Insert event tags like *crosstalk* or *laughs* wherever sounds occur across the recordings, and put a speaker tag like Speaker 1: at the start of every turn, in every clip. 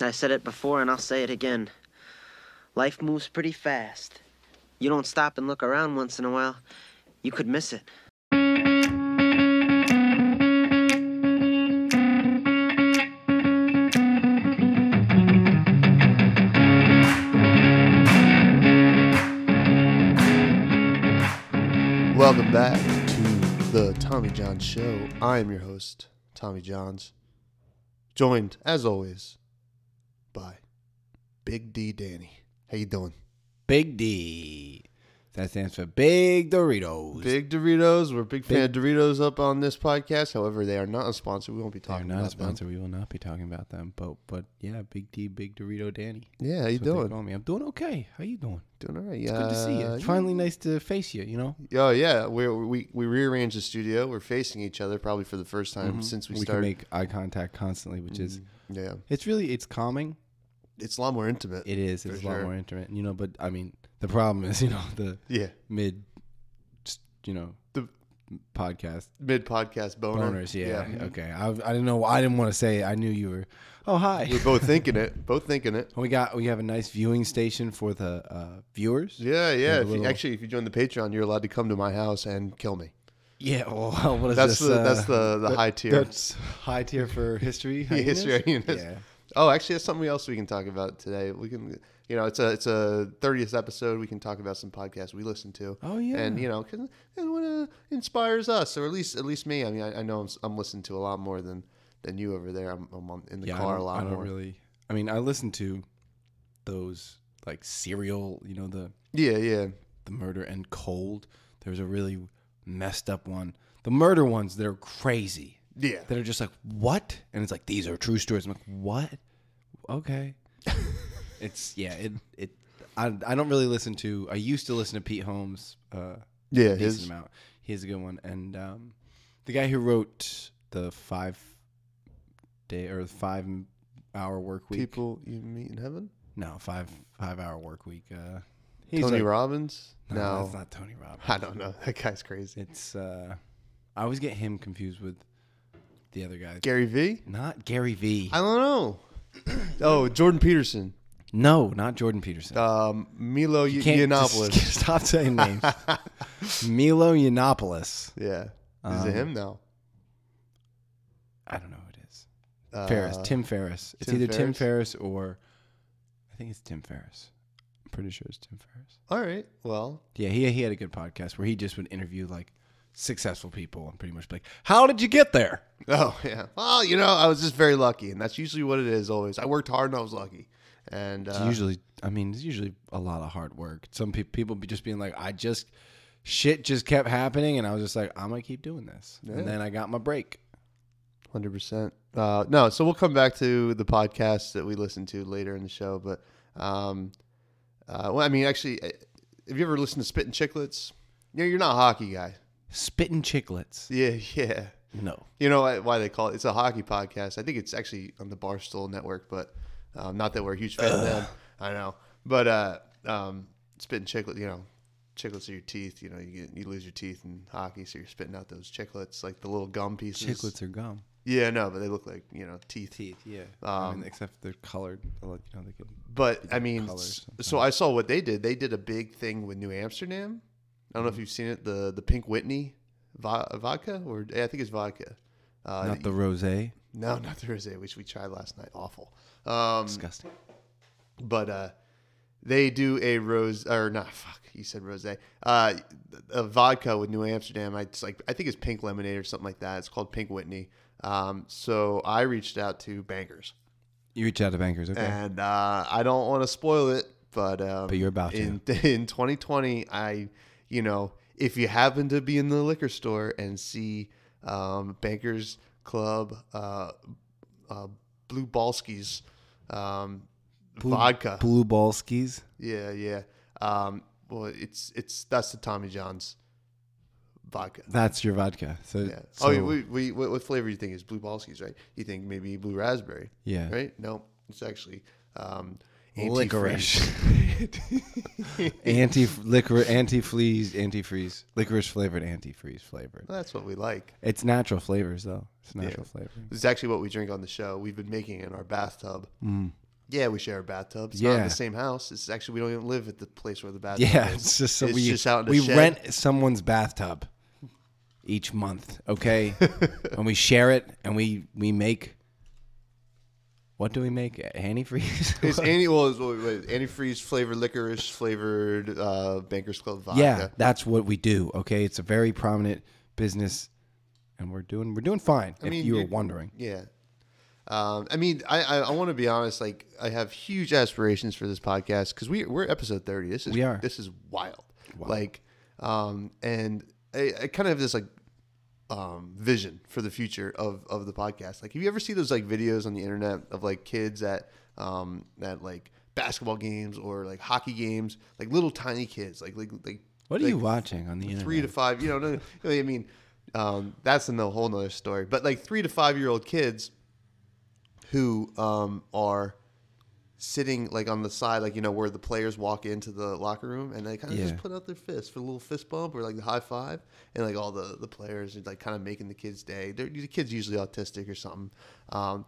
Speaker 1: I said it before and I'll say it again. Life moves pretty fast. You don't stop and look around once in a while, you could miss it.
Speaker 2: Welcome back to the Tommy John Show. I am your host, Tommy Johns, joined as always by Big D Danny. How you doing?
Speaker 3: Big D. That stands for Big Doritos.
Speaker 2: Big Doritos. We're a big fan of Doritos up on this podcast. However, they are not a sponsor. We won't be
Speaker 3: They're
Speaker 2: talking
Speaker 3: not
Speaker 2: about
Speaker 3: a sponsor. We will not be talking about them. But but yeah, Big D, Big Dorito, Danny.
Speaker 2: them. Yeah, how you
Speaker 3: That's what they
Speaker 2: doing? Uh,
Speaker 3: call me. I'm doing okay. How you doing?
Speaker 2: Doing all right. Yeah,
Speaker 3: It's good to see you. It's finally nice to face you. You know,
Speaker 2: Oh yeah, we we we rearranged the studio. We're facing each other probably for the first time since we,
Speaker 3: Mm-hmm. we can
Speaker 2: started.
Speaker 3: make eye contact constantly, which
Speaker 2: Mm.
Speaker 3: is
Speaker 2: yeah,
Speaker 3: it's really it's calming.
Speaker 2: it's a lot more intimate.
Speaker 3: It is. It's a lot
Speaker 2: sure.
Speaker 3: more intimate. You know, but I mean, the problem is, *laughs* you know, the
Speaker 2: yeah,
Speaker 3: mid, just, you know,
Speaker 2: The-
Speaker 3: podcast
Speaker 2: mid podcast boner.
Speaker 3: boners. Yeah. Okay. I, I didn't know. I didn't want to say. it. I knew you were. Oh hi.
Speaker 2: We're both thinking it. Both thinking it.
Speaker 3: And we got we have a nice viewing station for the uh, viewers.
Speaker 2: Yeah, yeah.
Speaker 3: the
Speaker 2: If you,
Speaker 3: little-
Speaker 2: actually, if you join the Patreon, you're allowed to come to my house and kill me.
Speaker 3: Yeah. *laughs* Well, what is
Speaker 2: That's
Speaker 3: this?
Speaker 2: the
Speaker 3: uh,
Speaker 2: that's the the
Speaker 3: that-
Speaker 2: high tier.
Speaker 3: That's high tier for history.
Speaker 2: *laughs* Yeah, history hyenas.
Speaker 3: Yeah.
Speaker 2: Oh, actually, that's something else we can talk about today. We can, you know, it's a it's a thirtieth episode. We can talk about some podcasts we listen to.
Speaker 3: Oh, yeah.
Speaker 2: and you know, 'cause it uh, inspires us, or at least at least me. I mean, I, I know I'm, s am listening to a lot more than than you over there. I'm, I'm on, in the
Speaker 3: Yeah, I
Speaker 2: car a
Speaker 3: don't-
Speaker 2: lot
Speaker 3: I don't
Speaker 2: more.
Speaker 3: really. I mean, I listen to those like serial. You know the
Speaker 2: Yeah, yeah.
Speaker 3: the murder and cold. There's a really messed up one. The murder ones that are crazy.
Speaker 2: Yeah.
Speaker 3: That are just like what? And it's like these are true stories. I'm like what? Okay. *laughs* it's yeah. It it. I I don't really listen to. I used to listen to Pete Holmes. Uh,
Speaker 2: Yeah,
Speaker 3: decent
Speaker 2: his
Speaker 3: amount. He's a good one. And um, the guy who wrote the five day or five hour work week.
Speaker 2: people you meet in heaven.
Speaker 3: No, five five hour work week. Uh, he's
Speaker 2: Tony
Speaker 3: like-
Speaker 2: Robbins. No,
Speaker 3: No, that's not Tony Robbins.
Speaker 2: *laughs* I don't know. That guy's crazy.
Speaker 3: It's uh, I always get him confused with the other guy.
Speaker 2: Gary V.
Speaker 3: not Gary V.
Speaker 2: I don't know. *clears throat* oh, Jordan Peterson.
Speaker 3: no, not Jordan Peterson.
Speaker 2: Um, Milo
Speaker 3: You can't-
Speaker 2: Yiannopoulos.
Speaker 3: just *laughs* stop
Speaker 2: *laughs*
Speaker 3: saying names. Milo Yiannopoulos.
Speaker 2: Yeah. Is
Speaker 3: Um,
Speaker 2: it him now?
Speaker 3: I don't know who it is.
Speaker 2: Uh,
Speaker 3: Ferris, Tim Ferriss. It's
Speaker 2: Tim
Speaker 3: either Tim
Speaker 2: Ferriss?
Speaker 3: Ferriss or I think it's Tim Ferriss. I'm pretty sure it's Tim Ferriss.
Speaker 2: All right. Well,
Speaker 3: Yeah, he he had a good podcast where he just would interview like successful people and pretty much be like, "How did you get there?"
Speaker 2: oh *laughs* yeah. Well, you know, I was just very lucky, and that's usually what it is. Always, I worked hard and I was lucky. And
Speaker 3: It's
Speaker 2: uh,
Speaker 3: usually, I mean, it's usually a lot of hard work. Some pe- people be just being like, "I just shit just kept happening," and I was just like, "I'm gonna keep doing this,"
Speaker 2: Yeah.
Speaker 3: and then I got my break.
Speaker 2: Hundred percent. Uh, no, so we'll come back to the podcast that we listen to later in the show. But, um, uh, well, I mean, actually, uh, have you ever listened to Spit and Chicklets? You know, you're not a hockey guy. *laughs*
Speaker 3: Spitting chicklets.
Speaker 2: Yeah, yeah.
Speaker 3: No,
Speaker 2: You know why, why they call it? It's a hockey podcast. I think it's actually on the Barstool Network, but um, not that we're a huge fan of them. I know, but uh, um, spitting chiclet, you know, chiclets are your teeth. You know, you get, you lose your teeth in hockey, so you're spitting out those chiclets, like the little gum pieces.
Speaker 3: chiclets are gum.
Speaker 2: Yeah, no, but they look like you know teeth.
Speaker 3: Teeth. Yeah.
Speaker 2: I
Speaker 3: I
Speaker 2: mean,
Speaker 3: mean, except they're colored. uh, You know, they could.
Speaker 2: But I mean,
Speaker 3: color
Speaker 2: s- so I saw what they did. They did a big thing with New Amsterdam. I don't know if
Speaker 3: Mm-hmm.
Speaker 2: you've seen it. The the Pink Whitney vo- vodka, or yeah, I think it's vodka. Uh,
Speaker 3: Not the rosé.
Speaker 2: No, not the rosé, which we tried last night. Awful. Um,
Speaker 3: Disgusting.
Speaker 2: but uh, they do a rose or not? Fuck, you said rosé. Uh, a vodka with New Amsterdam. I it's like. I think it's pink lemonade or something like that. It's called Pink Whitney. Um, so I reached out to Bankers,
Speaker 3: You reach out to bankers, okay?
Speaker 2: and uh, I don't want to spoil it, but um,
Speaker 3: But you're about to.
Speaker 2: in *laughs* in 2020. I you know if you happen to be in the liquor store and see um, Bankers Club. Uh, uh, Blue Balskis um, vodka.
Speaker 3: Blue ball skis.
Speaker 2: Yeah, yeah. Um, well, it's it's that's the Tommy John's vodka.
Speaker 3: That's your vodka. So,
Speaker 2: Yeah.
Speaker 3: so-
Speaker 2: oh, we, we, what, what flavor do you think is blue Balskis, right? You think maybe blue raspberry,
Speaker 3: yeah.
Speaker 2: right? No, it's actually um,
Speaker 3: *laughs* Licorice.
Speaker 2: antifreeze.
Speaker 3: Anti liquor, anti fleas, antifreeze, licorice flavored, antifreeze flavored.
Speaker 2: that's what we like.
Speaker 3: It's natural flavors though. It's natural flavor.
Speaker 2: This is actually what we drink on the show. We've been making it in our bathtub. yeah, we share a bathtub. It's yeah. not
Speaker 3: Mm. Yeah.
Speaker 2: the same house. It's actually we don't even live at the place where the bathtub
Speaker 3: Yeah,
Speaker 2: is.
Speaker 3: it's just so
Speaker 2: it's
Speaker 3: we
Speaker 2: just out in a
Speaker 3: we
Speaker 2: shed.
Speaker 3: rent someone's bathtub each month,
Speaker 2: *laughs*
Speaker 3: okay? and we share it, and we we make. What do we make? Antifreeze.
Speaker 2: *laughs* It's any well, it's, what- wait, antifreeze flavored licorice flavored uh, Bankers Club vodka.
Speaker 3: *laughs* yeah, that's what we do. Okay, it's a very prominent business, and we're doing we're doing fine. if
Speaker 2: mean,
Speaker 3: you were
Speaker 2: you-
Speaker 3: wondering,
Speaker 2: Yeah. Um, I mean, I I, I want to be honest. Like, I have huge aspirations for this podcast because we we're episode thirty. This is
Speaker 3: We are.
Speaker 2: This is wild. Like, um, and I, I kind of have this like um vision for the future of of the podcast. Like, have you ever see those like videos on the internet of like kids at um at like basketball games or like hockey games, like little tiny kids, like like like
Speaker 3: what are
Speaker 2: like,
Speaker 3: you watching on the internet?
Speaker 2: three to five. You know, no, no, I mean, um, that's a no- whole nother story. But like three to five year old kids who um, are sitting like on the side, like you know where the players walk into the locker room, and they kind of
Speaker 3: Yeah.
Speaker 2: just put out their fists for a little fist bump or like the high five, and like all the the players are like kind of making the kids day. They're, the kid's usually autistic or something, um,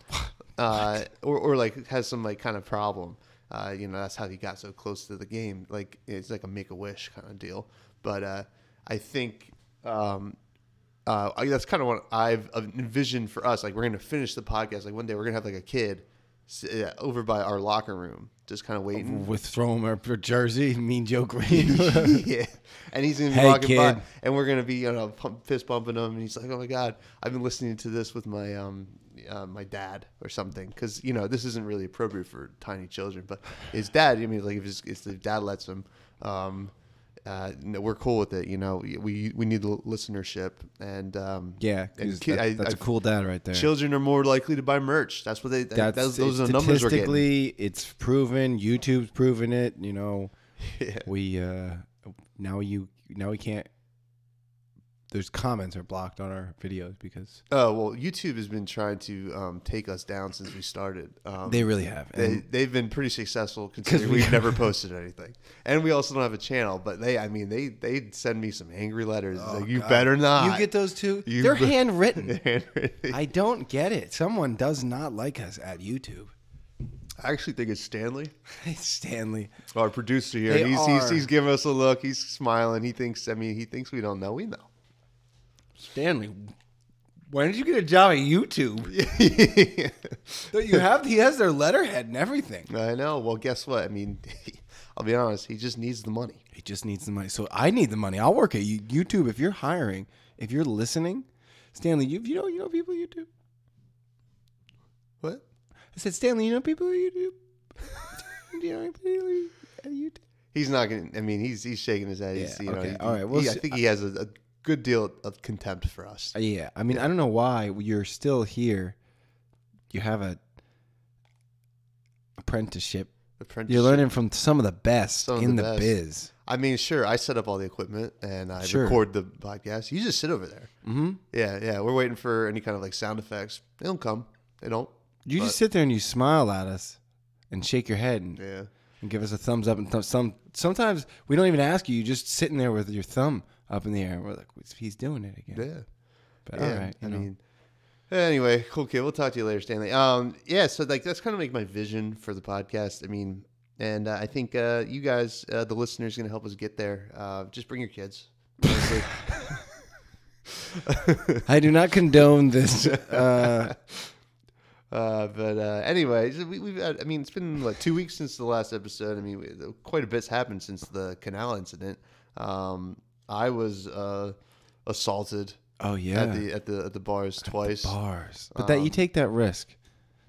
Speaker 2: uh, or or like has some like kind of problem. Uh, you know that's how he got so close to the game. Like it's like a make a wish kind of deal. But uh, I think um, uh, I, that's kind of what I've envisioned for us. Like we're gonna finish the podcast. Like one day we're gonna have like a kid s- uh, over by our locker room, just kind of
Speaker 3: *laughs*
Speaker 2: waiting. *laughs*
Speaker 3: with throwing her her jersey, Mean Joe Green.
Speaker 2: yeah, and he's gonna be
Speaker 3: Hey,
Speaker 2: walking by,
Speaker 3: kid.
Speaker 2: and we're gonna be you know pump, fist bumping him, and he's like, "Oh my god, I've been listening to this with my um uh, my dad or something," because you know this isn't really appropriate for tiny children, but
Speaker 3: *sighs*
Speaker 2: his dad. I mean, like if his, if the dad lets him, um, uh, no, we're cool with it. You know, we we need l- listenership, and um,
Speaker 3: yeah,
Speaker 2: and
Speaker 3: 'cause
Speaker 2: ki-
Speaker 3: that-
Speaker 2: I-
Speaker 3: that's a
Speaker 2: I've-
Speaker 3: cool dad right there.
Speaker 2: Children are more likely to buy merch. That's what they. That's,
Speaker 3: that's
Speaker 2: those, those are the numbers we're getting.
Speaker 3: statistically it's proven youtube's proven it you know
Speaker 2: *laughs*
Speaker 3: we uh now you now we can't there's comments are blocked on our videos because
Speaker 2: Oh well, YouTube has been trying to um, take us down since we started. Um,
Speaker 3: they really have
Speaker 2: they
Speaker 3: and
Speaker 2: they've been pretty
Speaker 3: *laughs*
Speaker 2: successful considering
Speaker 3: we-
Speaker 2: we've never posted anything, and we also don't have a channel. But they, I mean, they they send me some angry letters. It's like you better not.
Speaker 3: Oh,
Speaker 2: *laughs*
Speaker 3: you get those two
Speaker 2: You- *laughs*
Speaker 3: they're handwritten
Speaker 2: I
Speaker 3: i don't get it someone does not like us at youtube *laughs*
Speaker 2: actually think it's Stanley,
Speaker 3: stanley
Speaker 2: our producer here.
Speaker 3: They
Speaker 2: and he's, he's
Speaker 3: are.
Speaker 2: he's giving us a look. He's smiling. He thinks. I mean, he thinks we don't know. We
Speaker 3: *laughs*
Speaker 2: know. *laughs*
Speaker 3: stanley when did you get a job at youtube
Speaker 2: I
Speaker 3: you have he has their letterhead and everything
Speaker 2: know. Well, guess what? I mean, *laughs* I'll be honest. He just needs the money.
Speaker 3: He just needs the money. So I need the money. I'll work at you- YouTube if you're hiring, if you're listening. Stanley, you, you know you know people at YouTube.
Speaker 2: What?
Speaker 3: I said, Stanley, you know people at YouTube. *laughs* Do you know anybody at YouTube?
Speaker 2: He's not gonna. I mean, he's he's shaking his head. he's,
Speaker 3: Yeah,
Speaker 2: you know,
Speaker 3: okay.
Speaker 2: he-
Speaker 3: All right, well,
Speaker 2: he- I
Speaker 3: s-
Speaker 2: think he has a, a good deal of contempt for us.
Speaker 3: Uh, Yeah, I mean, I don't know why you're still here. You have a apprenticeship.
Speaker 2: Apprentice-
Speaker 3: You're learning from some of the best
Speaker 2: Some of
Speaker 3: in
Speaker 2: the
Speaker 3: the,
Speaker 2: best.
Speaker 3: biz.
Speaker 2: I mean, sure. I set up all the equipment and I
Speaker 3: Sure.
Speaker 2: record the podcast. You just sit over there.
Speaker 3: Mm-hmm.
Speaker 2: Yeah, yeah. We're waiting for any kind of like sound effects. They don't come. They don't.
Speaker 3: You
Speaker 2: But-
Speaker 3: just sit there and you smile at us, and shake your head, and
Speaker 2: Yeah.
Speaker 3: and give us a thumbs up and th- some sometimes we don't even ask you you just sitting there with your thumb up in the air we're like he's doing it again
Speaker 2: Yeah.
Speaker 3: but
Speaker 2: Yeah,
Speaker 3: all right you
Speaker 2: I
Speaker 3: know.
Speaker 2: mean, anyway, cool kid. We'll talk to you later, Stanley. Um, yeah. So like that's kind of like my vision for the podcast. I mean, and uh, I think uh, you guys, uh, the listeners, gonna help us get there. Uh, just bring your kids. Honestly.
Speaker 3: i do not
Speaker 2: *laughs*
Speaker 3: condone this uh
Speaker 2: uh, but uh, anyway, so we, we've had, I mean, it's been like two weeks since the last episode. I mean, we, uh, quite a bit's happened since the canal incident. Um, I was uh, assaulted
Speaker 3: oh yeah
Speaker 2: at the at the at the bars twice.
Speaker 3: bars but that you take that risk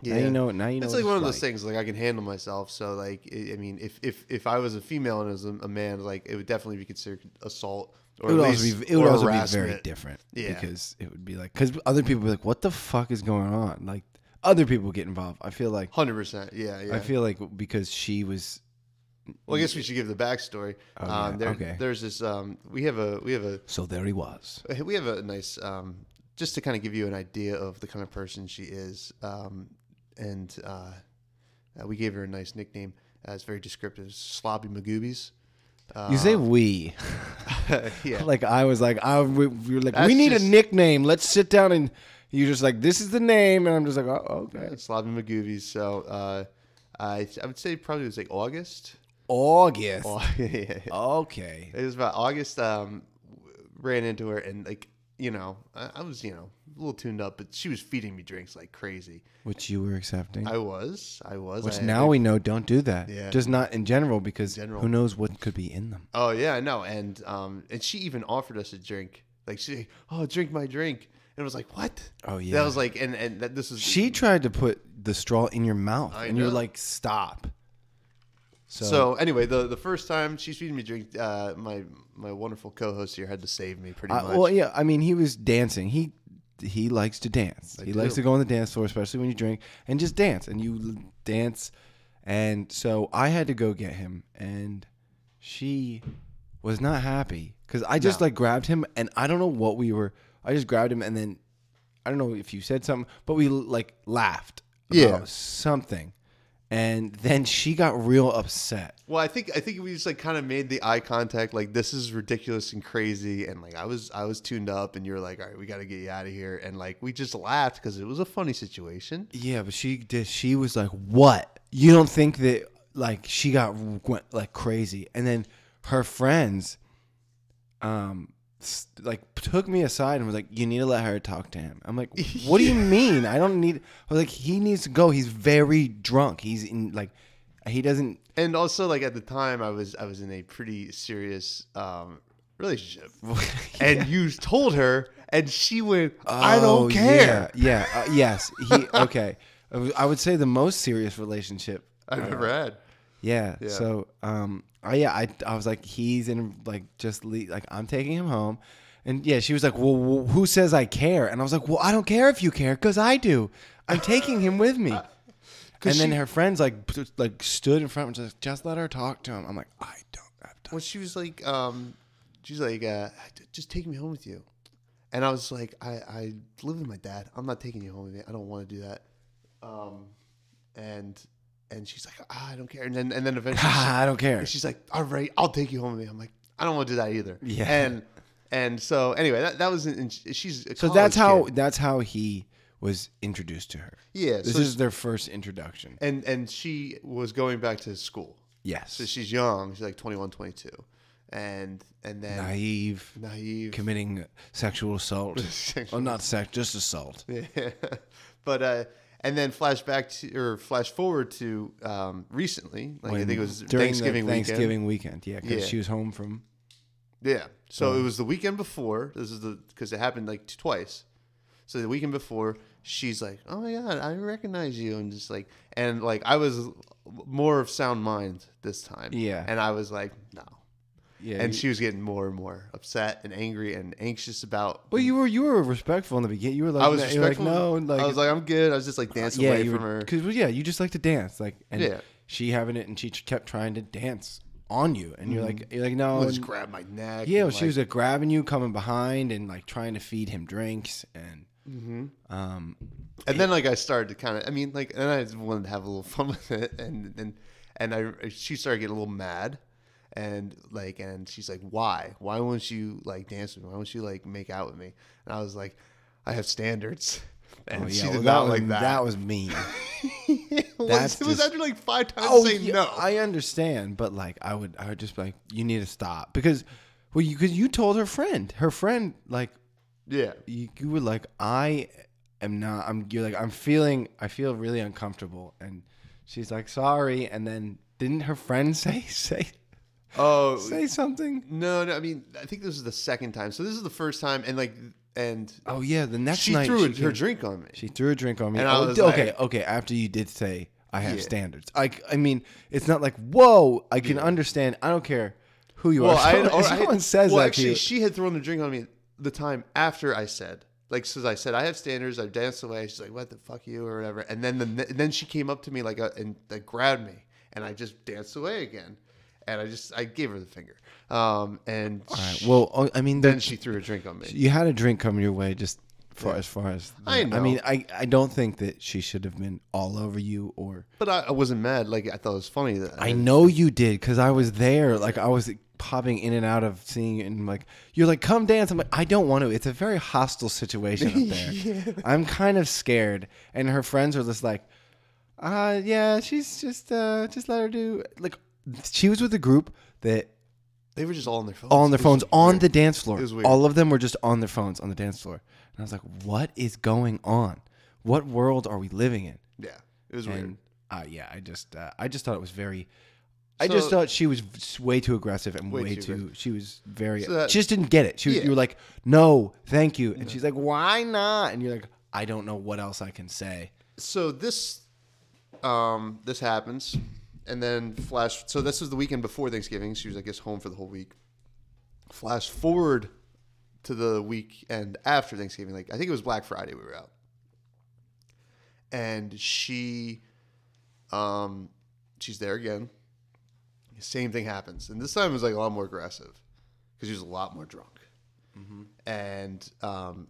Speaker 3: now
Speaker 2: Yeah.
Speaker 3: you know now you know
Speaker 2: it's
Speaker 3: what
Speaker 2: like one of those
Speaker 3: like.
Speaker 2: things like i can handle myself so like i I mean if if if i was a female and as a, a man like it would definitely be considered assault or
Speaker 3: it would
Speaker 2: at
Speaker 3: also
Speaker 2: least-
Speaker 3: be, it would
Speaker 2: or
Speaker 3: also be
Speaker 2: harassment.
Speaker 3: very different
Speaker 2: Yeah.
Speaker 3: because it would be like because other people would be like what the fuck is going on like other people get involved i feel like
Speaker 2: 100% yeah yeah
Speaker 3: i feel like because she was
Speaker 2: well i guess we should give the backstory
Speaker 3: Oh,
Speaker 2: um
Speaker 3: yeah,
Speaker 2: there,
Speaker 3: okay.
Speaker 2: there's this um we have a we have a
Speaker 3: so there he was
Speaker 2: we have a nice um just to kind of give you an idea of the kind of person she is um and uh uh, we gave her a nice nickname uh, it's very descriptive slobby magoobies *laughs* uh,
Speaker 3: you say we
Speaker 2: yeah
Speaker 3: *laughs* Like I was like, I we, we were like,
Speaker 2: That's
Speaker 3: we need
Speaker 2: just-
Speaker 3: a nickname. Let's sit down and you're just like, this is the name, and I'm just like, oh okay.
Speaker 2: Slavic McGoovies. So uh, I, I would say probably it was like
Speaker 3: *laughs*
Speaker 2: August.
Speaker 3: August.
Speaker 2: Oh, yeah, yeah, yeah.
Speaker 3: Okay.
Speaker 2: It was about August. Um, w- ran into her and like you know I, I was you know a little tuned up, but she was feeding me drinks like crazy.
Speaker 3: Which you were accepting.
Speaker 2: I was, I was.
Speaker 3: Which
Speaker 2: I-
Speaker 3: now we know don't do that.
Speaker 2: Yeah.
Speaker 3: Just not in general because
Speaker 2: general.
Speaker 3: who knows what could be in them.
Speaker 2: Oh yeah, I know. And um, and she even offered us a drink. Like she, like, oh, drink my drink. And I was like, what?
Speaker 3: Oh, yeah.
Speaker 2: That was like, and and that this is
Speaker 3: She tried to put the straw in your mouth
Speaker 2: I
Speaker 3: and you're
Speaker 2: know.
Speaker 3: like, stop. So,
Speaker 2: So anyway, the the first time she's feeding me drink, uh, my my wonderful co-host here had to save me pretty
Speaker 3: I,
Speaker 2: much.
Speaker 3: well, yeah, I mean, he was dancing. He he likes to dance. he likes
Speaker 2: do.
Speaker 3: to go on the dance floor, especially when you drink, and just dance. And you l- dance. And so I had to go get him, and she was not happy because I just like grabbed him, and I don't know what we were. I just grabbed him, and then I don't know if you said something, but we like laughed about
Speaker 2: Yeah.
Speaker 3: something, and then she got real upset.
Speaker 2: Well, I think I think we just like kind of made the eye contact, like this is ridiculous and crazy, and like I was I was tuned up, and you were like, all right, we got to get you out of here, and like we just laughed because it was a funny situation.
Speaker 3: Yeah, but she did. She was like, "What? You don't think that like she got went like crazy?" And then her friends, um, s- like took me aside and was like, "You need to let her talk to him."
Speaker 2: *laughs*
Speaker 3: I'm like, "What do you mean? I don't need." I was like, "He needs to go. He's very drunk. He's in like, he doesn't."
Speaker 2: And also, like at the time, I was I was in a pretty serious um, relationship,
Speaker 3: *laughs*
Speaker 2: and you told her, and she went, I
Speaker 3: Oh,
Speaker 2: don't care.
Speaker 3: Yeah. yeah uh, yes. He okay. I w- I would say the most serious relationship
Speaker 2: I've never had.
Speaker 3: Yeah. So, um, I, yeah, I, I was like, he's in like, just le- like, I'm taking him home. And yeah, she was like, well, wh- who says I care? And I was like, well, I don't care if you care. Cause I do. I'm taking him
Speaker 2: *laughs*
Speaker 3: with me. And then her friends like, p- like stood in front and just, just let her talk to him. I'm like, I don't have time.
Speaker 2: Well, she was like, um, she's like, uh, just take me home with you. And I was like, I, I live with my dad. I'm not taking you home with me. I don't want to do that. Um, and and she's like, ah, I don't care. And then and then eventually she-
Speaker 3: *laughs* I don't care.
Speaker 2: and she's like, all right, I'll take you home with me. I'm like, I don't want to do that either.
Speaker 3: Yeah.
Speaker 2: And and so anyway, that, that was and she's a
Speaker 3: So
Speaker 2: college
Speaker 3: that's how,
Speaker 2: kid.
Speaker 3: that's how he was introduced to her.
Speaker 2: yeah.
Speaker 3: This
Speaker 2: so
Speaker 3: is their first introduction.
Speaker 2: and and she was going back to school.
Speaker 3: Yes.
Speaker 2: So she's young. She's like 21, 22. and and then
Speaker 3: Naive.
Speaker 2: naive.
Speaker 3: Committing sexual
Speaker 2: *laughs*
Speaker 3: assault.
Speaker 2: Sexual-
Speaker 3: well, not sex, just assault.
Speaker 2: Yeah. *laughs* but uh, and then flash back to or flash forward to um, recently, like I
Speaker 3: when-
Speaker 2: think it was
Speaker 3: during
Speaker 2: Thanksgiving
Speaker 3: the
Speaker 2: weekend.
Speaker 3: Thanksgiving weekend, yeah, because
Speaker 2: Yeah.
Speaker 3: she was home from.
Speaker 2: Yeah. So it was the weekend before. This is the because it happened like t- twice. So the weekend before, she's like, "Oh my god, I recognize you," and just like and like I was more of sound mind this time.
Speaker 3: Yeah.
Speaker 2: And I was like, no.
Speaker 3: Yeah,
Speaker 2: And
Speaker 3: you-
Speaker 2: she was getting more and more upset and angry and anxious about.
Speaker 3: well, you were you were respectful in the beginning. You were like,
Speaker 2: I was
Speaker 3: you were like,
Speaker 2: respectful.
Speaker 3: no, and like,
Speaker 2: I was like, I'm good. I was just like dancing away
Speaker 3: you
Speaker 2: from
Speaker 3: were-
Speaker 2: her.
Speaker 3: Cause, well, yeah, you just like to dance, like, and
Speaker 2: Yeah.
Speaker 3: she having it, and she t- kept trying to dance on you, and you're
Speaker 2: Mm-hmm.
Speaker 3: like, you're like, no,
Speaker 2: I'll just
Speaker 3: and-
Speaker 2: grab my neck.
Speaker 3: yeah,
Speaker 2: and,
Speaker 3: she
Speaker 2: like-
Speaker 3: was like grabbing you, coming behind, and like trying to feed him drinks, and um,
Speaker 2: and then like I started to kind of, I mean, like, and I just wanted to have a little *laughs* fun with it, and and and I she started getting a little mad, and like, and she's like, why, why won't you like dance with me? Why won't you like make out with me? And I was like, I have standards, and
Speaker 3: oh, yeah,
Speaker 2: she
Speaker 3: well,
Speaker 2: did
Speaker 3: that
Speaker 2: not
Speaker 3: was,
Speaker 2: like that.
Speaker 3: That was mean.
Speaker 2: *laughs* it was,
Speaker 3: that's
Speaker 2: it was
Speaker 3: just- Oh,
Speaker 2: after like five times saying
Speaker 3: yeah,
Speaker 2: no.
Speaker 3: I understand, but like I would, I would just be like, you need to stop because, well, you because you told her friend, her friend, like
Speaker 2: yeah,
Speaker 3: you, you were like, I am not. I'm. You're like, I'm feeling. I feel really uncomfortable, and she's like, sorry. And then didn't her friend *laughs* say say
Speaker 2: oh,
Speaker 3: say something?
Speaker 2: no, no. I mean, I think this is the second time. So this is the first time, and like, and
Speaker 3: Oh yeah, the next
Speaker 2: she
Speaker 3: night
Speaker 2: threw her
Speaker 3: came-
Speaker 2: drink on me.
Speaker 3: She threw a drink on me.
Speaker 2: And I
Speaker 3: Oh,
Speaker 2: was
Speaker 3: d- okay,
Speaker 2: like-
Speaker 3: okay. After you did say I have
Speaker 2: Yeah.
Speaker 3: standards, I, I mean, it's not like whoa. I can understand. I don't care who you
Speaker 2: Well,
Speaker 3: are. *laughs*
Speaker 2: I had,
Speaker 3: Someone,
Speaker 2: or
Speaker 3: if
Speaker 2: I had-
Speaker 3: someone says
Speaker 2: well,
Speaker 3: that
Speaker 2: actually,
Speaker 3: to you.
Speaker 2: she had thrown the drink on me the time after I said, like, since I said I have standards, I've danced away. She's like, "What the fuck, you?" or whatever. And then the, and then she came up to me like uh, and like, grabbed me, and I just danced away again, and I just I gave her the finger, um, and
Speaker 3: All right,
Speaker 2: she-
Speaker 3: well, oh, I mean,
Speaker 2: then
Speaker 3: then
Speaker 2: she threw a drink on me.
Speaker 3: you had a drink come your way, just for as far as
Speaker 2: I know.
Speaker 3: mean, I, I don't think that she should have been all over you, or
Speaker 2: But I, I wasn't mad. Like I thought it was funny that
Speaker 3: I know you did because I was there. Like I was popping in and out of seeing you, and like you're like, come dance. I'm like, I don't want to. It's a very *laughs* hostile situation up there. I'm kind of scared, and her friends are just like, uh yeah, she's just uh just let her do like she was with a group that
Speaker 2: They were just all on their phones.
Speaker 3: all on their
Speaker 2: It was
Speaker 3: phones on
Speaker 2: weird.
Speaker 3: the dance floor.
Speaker 2: It was weird.
Speaker 3: All of them were just on their phones on the dance floor. And I was like, what is going on? What world are we living in?
Speaker 2: Yeah, it was weird.
Speaker 3: And uh, yeah, I just uh, I just thought it was very. I
Speaker 2: So-
Speaker 3: just thought she was s- way too aggressive and way,
Speaker 2: Way too
Speaker 3: too. She was very.
Speaker 2: So that-
Speaker 3: she just didn't get it. She was,
Speaker 2: Yeah.
Speaker 3: you were like, no, thank you, and she's like, why not? And you're like, I don't know what else I can say.
Speaker 2: so this um this happens and then flash so this was the weekend before thanksgiving she was i guess home for the whole week flash forward to the weekend after thanksgiving like i think it was black friday we were out and she um she's there again same thing happens and this time it was like a lot more aggressive because she was a lot more drunk and um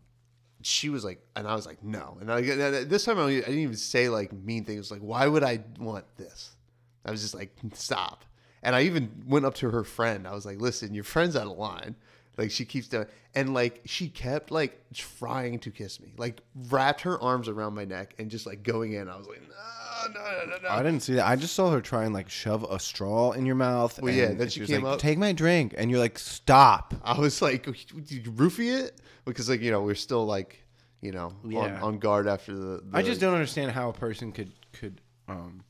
Speaker 2: she was like, and I was like, no. And I, this time I didn't even say like mean things. Like, why would I want this? I was just like, stop. And I even went up to her friend. I was like, listen, your friend's out of line. Like she keeps doing, and like she kept like trying to kiss me, like wrapped her arms around my neck and just like going in. I was like, no, no, no, no,
Speaker 3: I
Speaker 2: no.
Speaker 3: didn't see that. I just saw her try and like shove a straw in your mouth.
Speaker 2: Well,
Speaker 3: and
Speaker 2: yeah, then she
Speaker 3: was
Speaker 2: came
Speaker 3: like,
Speaker 2: up-
Speaker 3: Take my drink, and you're like, stop.
Speaker 2: I was like, did you roofie it? Because like you know we're still like you know on,
Speaker 3: Yeah.
Speaker 2: on guard after the. the
Speaker 3: I
Speaker 2: *laughs*
Speaker 3: just don't understand how a person could could um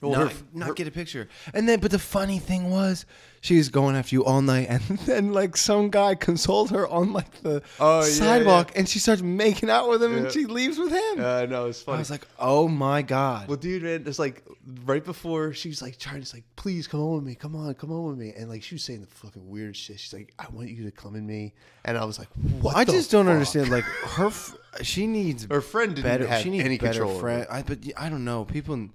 Speaker 2: her
Speaker 3: not,
Speaker 2: f-
Speaker 3: not get a picture. And then but the funny thing was she was going after you all night *laughs* and then like some guy consoled her on like the
Speaker 2: Oh, yeah,
Speaker 3: sidewalk and she starts making out with him
Speaker 2: Yeah.
Speaker 3: and she leaves with him.
Speaker 2: Uh, no, it's funny.
Speaker 3: I was like, "Oh my god."
Speaker 2: Well, dude, man, it's like right before she's like trying to like, please come home with me, come on, come home with me, and like she was saying the fucking weird shit. She's like, I want you to come in me, and I was like, what?
Speaker 3: I
Speaker 2: the
Speaker 3: just don't
Speaker 2: fuck?
Speaker 3: understand like her f- she needs
Speaker 2: Her friend didn't
Speaker 3: better
Speaker 2: have
Speaker 3: she needs
Speaker 2: any
Speaker 3: better
Speaker 2: control. over
Speaker 3: friend.
Speaker 2: it.
Speaker 3: I but I don't know. People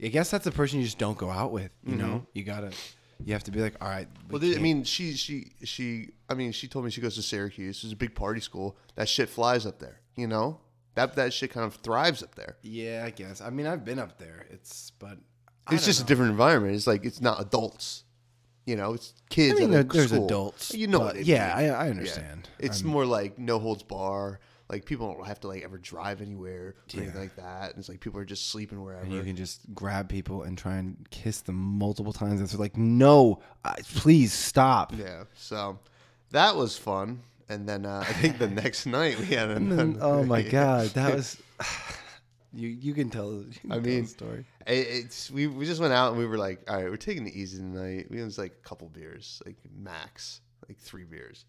Speaker 3: I guess that's a person you just don't go out with, you know? You got to you have to be like, "All right, we
Speaker 2: Mm-hmm. Well, dude, I
Speaker 3: can't-
Speaker 2: mean, she, she, she. I mean, she told me she goes to Syracuse. It's a big party school. That shit flies up there. You know, that that shit kind of thrives up there.
Speaker 3: Yeah, I guess. I mean, I've been up there. It's but I
Speaker 2: It's
Speaker 3: don't
Speaker 2: just
Speaker 3: know.
Speaker 2: a different environment. It's like it's not adults. You know, it's kids.
Speaker 3: I mean,
Speaker 2: at a
Speaker 3: there- there's
Speaker 2: school.
Speaker 3: adults.
Speaker 2: You know,
Speaker 3: but
Speaker 2: what I
Speaker 3: yeah,
Speaker 2: mean.
Speaker 3: I, I
Speaker 2: Yeah.
Speaker 3: understand.
Speaker 2: It's more like no holds bar. Like people don't have to like ever drive anywhere or anything like that. And it's like people are just sleeping wherever.
Speaker 3: you can just grab people and try and kiss them multiple times. And they're like, no, I, please stop.
Speaker 2: yeah. So that was fun. And then uh, I think the
Speaker 3: *laughs*
Speaker 2: next night we had
Speaker 3: *laughs* And
Speaker 2: another.
Speaker 3: then, oh *laughs* my god, that was. *sighs* you you can tell. You can tell
Speaker 2: mean,
Speaker 3: the story.
Speaker 2: It, it's we, we just went out and we were like, all right, we're taking it easy tonight. We was like a couple beers, like max, like three beers,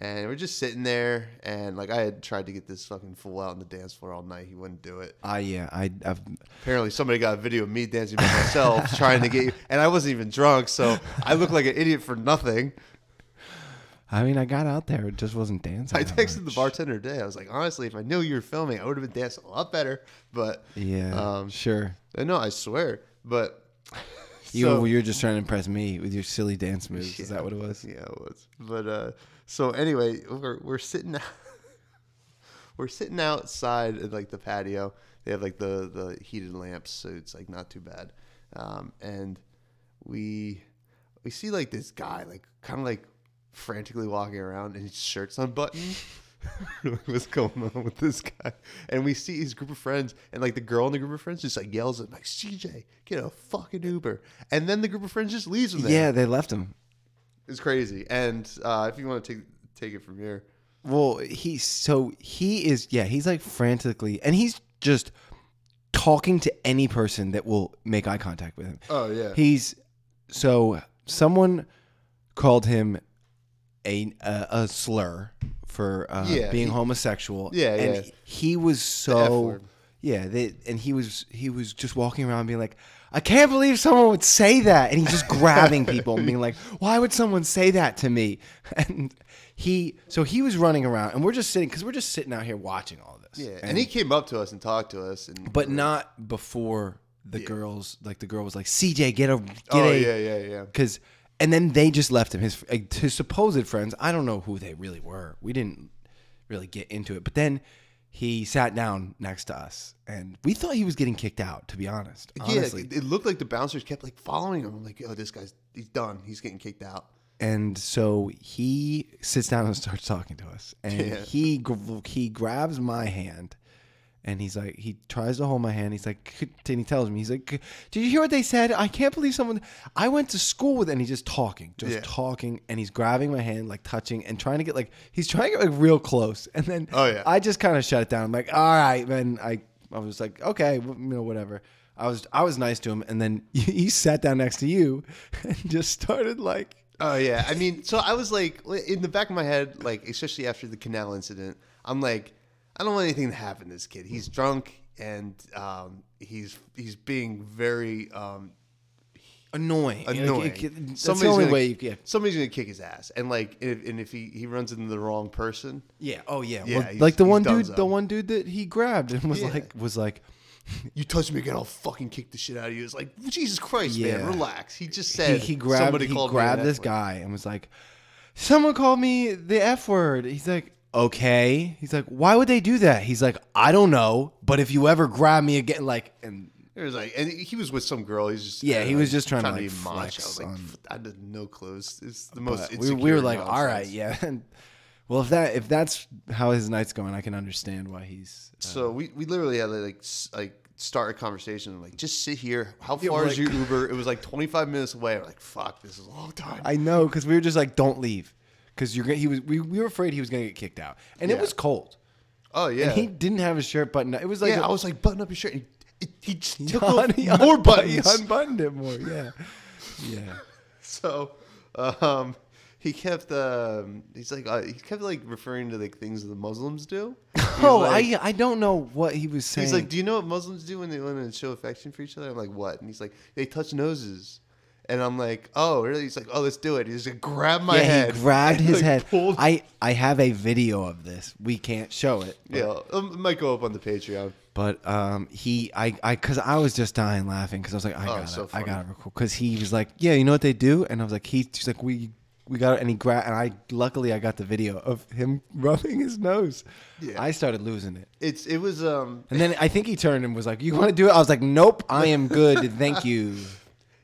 Speaker 2: and we're just sitting there. And like I had tried to get this fucking fool out on the dance floor all night. He wouldn't do it.
Speaker 3: I yeah, I I've,
Speaker 2: Apparently, somebody got a video of me dancing by
Speaker 3: *laughs*
Speaker 2: myself, trying to get you, and I wasn't even drunk, so I look like an idiot for nothing.
Speaker 3: I mean, I got out there. It just wasn't dancing.
Speaker 2: I
Speaker 3: that
Speaker 2: texted the
Speaker 3: much.
Speaker 2: bartender today. I was like, honestly, if I knew you were filming, I would have been dancing a lot better. But
Speaker 3: Yeah,
Speaker 2: um,
Speaker 3: sure.
Speaker 2: no, I swear. But
Speaker 3: You
Speaker 2: so-
Speaker 3: you're just trying to impress me with your silly dance moves. Is that what it was?
Speaker 2: Yeah, it was. But uh, so anyway, we're we're sitting *laughs* out, we're sitting outside in like the patio. They have like the the heated lamps, so it's like not too bad. Um, and we we see like this guy like kind of like frantically walking around and his shirt's unbuttoned. *laughs* What's going on with this guy? And we see his group of friends, and like the girl in the group of friends just like yells at him, like CJ, get a fucking Uber. And then the group of friends just leaves him there.
Speaker 3: Yeah, they left him.
Speaker 2: It's crazy. And uh, if you want to take take it from here,
Speaker 3: Well, he so he is yeah, he's like frantically and he's just talking to any person that will make eye contact with him.
Speaker 2: Oh, yeah.
Speaker 3: He's so someone called him a a, a slur for uh,
Speaker 2: Yeah,
Speaker 3: being
Speaker 2: he-
Speaker 3: homosexual.
Speaker 2: Yeah,
Speaker 3: and
Speaker 2: yeah.
Speaker 3: he was
Speaker 2: F
Speaker 3: so
Speaker 2: word.
Speaker 3: yeah, they, and he was he was just walking around being like, I can't believe someone would say that, and
Speaker 2: *laughs*
Speaker 3: he's just grabbing people and being like, Why would someone say that to me? *laughs* And he so he was running around, and we're just sitting because we're just sitting out here watching all this.
Speaker 2: yeah, and, he came up to us and talked to us, and
Speaker 3: but not before the girls like the girl was like, CJ, get a get
Speaker 2: oh
Speaker 3: a
Speaker 2: yeah, yeah, yeah.
Speaker 3: because and then they just left him his like, his supposed friends i don't know who they really were we didn't really get into it but then he sat down next to us and we thought he was getting kicked out to be honest honestly
Speaker 2: Yeah, it- it looked like the bouncers kept like following him. I'm like, oh, this guy's he's done. He's getting kicked out.
Speaker 3: and so he sits down and starts talking to us and
Speaker 2: Yeah.
Speaker 3: he gr- he grabs my hand And he's like, he tries to hold my hand. He's like, and he tells me, he's like, did you hear what they said? I can't believe someone. I went to school with, and he's just talking, just
Speaker 2: Yeah.
Speaker 3: talking, and he's grabbing my hand, like touching, and trying to get like, he's trying to get like real close. And then,
Speaker 2: Oh, yeah.
Speaker 3: I just kind of shut it down. I'm like, all right, man. I, I was like, okay, w- you know, whatever. I was, I was nice to him, and then *laughs* he sat down next to you, *laughs* and just started like,
Speaker 2: Oh yeah, I mean, so I was like, in the back of my head, like especially after the canal incident, I'm like, I don't want anything to happen to this kid. He's drunk and um, he's he's being very um,
Speaker 3: annoying, Like, it-
Speaker 2: annoying.
Speaker 3: it- that's the only
Speaker 2: gonna,
Speaker 3: way you get.
Speaker 2: Somebody's gonna kick his ass, and like, if, and if he he runs into the wrong person,
Speaker 3: Yeah. Oh yeah.
Speaker 2: Yeah,
Speaker 3: well,
Speaker 2: he's-
Speaker 3: like the
Speaker 2: he's
Speaker 3: one dude,
Speaker 2: donezo.
Speaker 3: the one dude that he grabbed and was
Speaker 2: Yeah.
Speaker 3: like, was like,
Speaker 2: you touch me again, I'll fucking kick the shit out of you. It's like, Jesus Christ, man,
Speaker 3: Yeah.
Speaker 2: relax. He just
Speaker 3: he,
Speaker 2: said
Speaker 3: he grabbed,
Speaker 2: somebody
Speaker 3: he
Speaker 2: called me
Speaker 3: grabbed
Speaker 2: an
Speaker 3: this
Speaker 2: F-word.
Speaker 3: guy and was like, someone called me the f word. He's like, okay. He's like, why would they do that? He's like, I don't know, but if you ever grab me again, like, and
Speaker 2: It was like, and he was with some girl. He's just uh,
Speaker 3: Yeah, he was just trying to,
Speaker 2: be
Speaker 3: like,
Speaker 2: macho.
Speaker 3: flex
Speaker 2: I was like,
Speaker 3: on-
Speaker 2: "F- I had no clues. It's the most.
Speaker 3: but uh, we, we
Speaker 2: insecure
Speaker 3: were like, all right,
Speaker 2: nonsense."
Speaker 3: yeah. *laughs* And, well, if that if that's how his night's going, I can understand why he's.
Speaker 2: So we, we literally had to like s- like start a conversation like just sit here. How
Speaker 3: Yeah,
Speaker 2: far
Speaker 3: we're
Speaker 2: is
Speaker 3: like-
Speaker 2: your Uber? It was like 25 minutes away. We're like, fuck, this is a long time.
Speaker 3: I know because we were just like, don't leave, because you're gonna, he was we, we were afraid he was gonna get kicked out, and
Speaker 2: Yeah.
Speaker 3: it was cold.
Speaker 2: oh yeah,
Speaker 3: And he didn't have his shirt buttoned. up. It was like
Speaker 2: yeah.
Speaker 3: a- *laughs*
Speaker 2: I was like, button up your shirt. And he, he just took
Speaker 3: un-
Speaker 2: off
Speaker 3: he
Speaker 2: more
Speaker 3: unbu-
Speaker 2: buttons.
Speaker 3: He unbuttoned it more. Yeah, yeah.
Speaker 2: so um, he kept um, he's like uh, he kept like referring to like things the Muslims do. He was
Speaker 3: Oh,
Speaker 2: like-
Speaker 3: I I don't know what he was saying.
Speaker 2: He's like, "Do you know what Muslims do when they want to show affection for each other?" I'm like, "What?" And he's like, "They touch noses." And I'm like, "Oh, really?" He's like, "Oh, let's do it." He's like, "Grab my
Speaker 3: yeah,
Speaker 2: head."
Speaker 3: *laughs* he
Speaker 2: *laughs*
Speaker 3: grabbed
Speaker 2: and,
Speaker 3: his
Speaker 2: like,
Speaker 3: head.
Speaker 2: pulled-
Speaker 3: I I have a video of this. We can't show it.
Speaker 2: yeah, um, it might go up on the Patreon.
Speaker 3: But um, he, I, I, cause I was just dying laughing because I was like, I gotta,
Speaker 2: Oh, so
Speaker 3: I
Speaker 2: funny.
Speaker 3: gotta record. Cause he was like, yeah, you know what they do? And I was like, he, he's like, we, we got, it. and he grabbed, and I, luckily, I got the video of him *laughs* rubbing his nose.
Speaker 2: Yeah.
Speaker 3: I started losing it,
Speaker 2: It's it was um
Speaker 3: and then I think he turned and was like, you want to do it? I was like, nope, I
Speaker 2: *laughs*
Speaker 3: am good, thank you.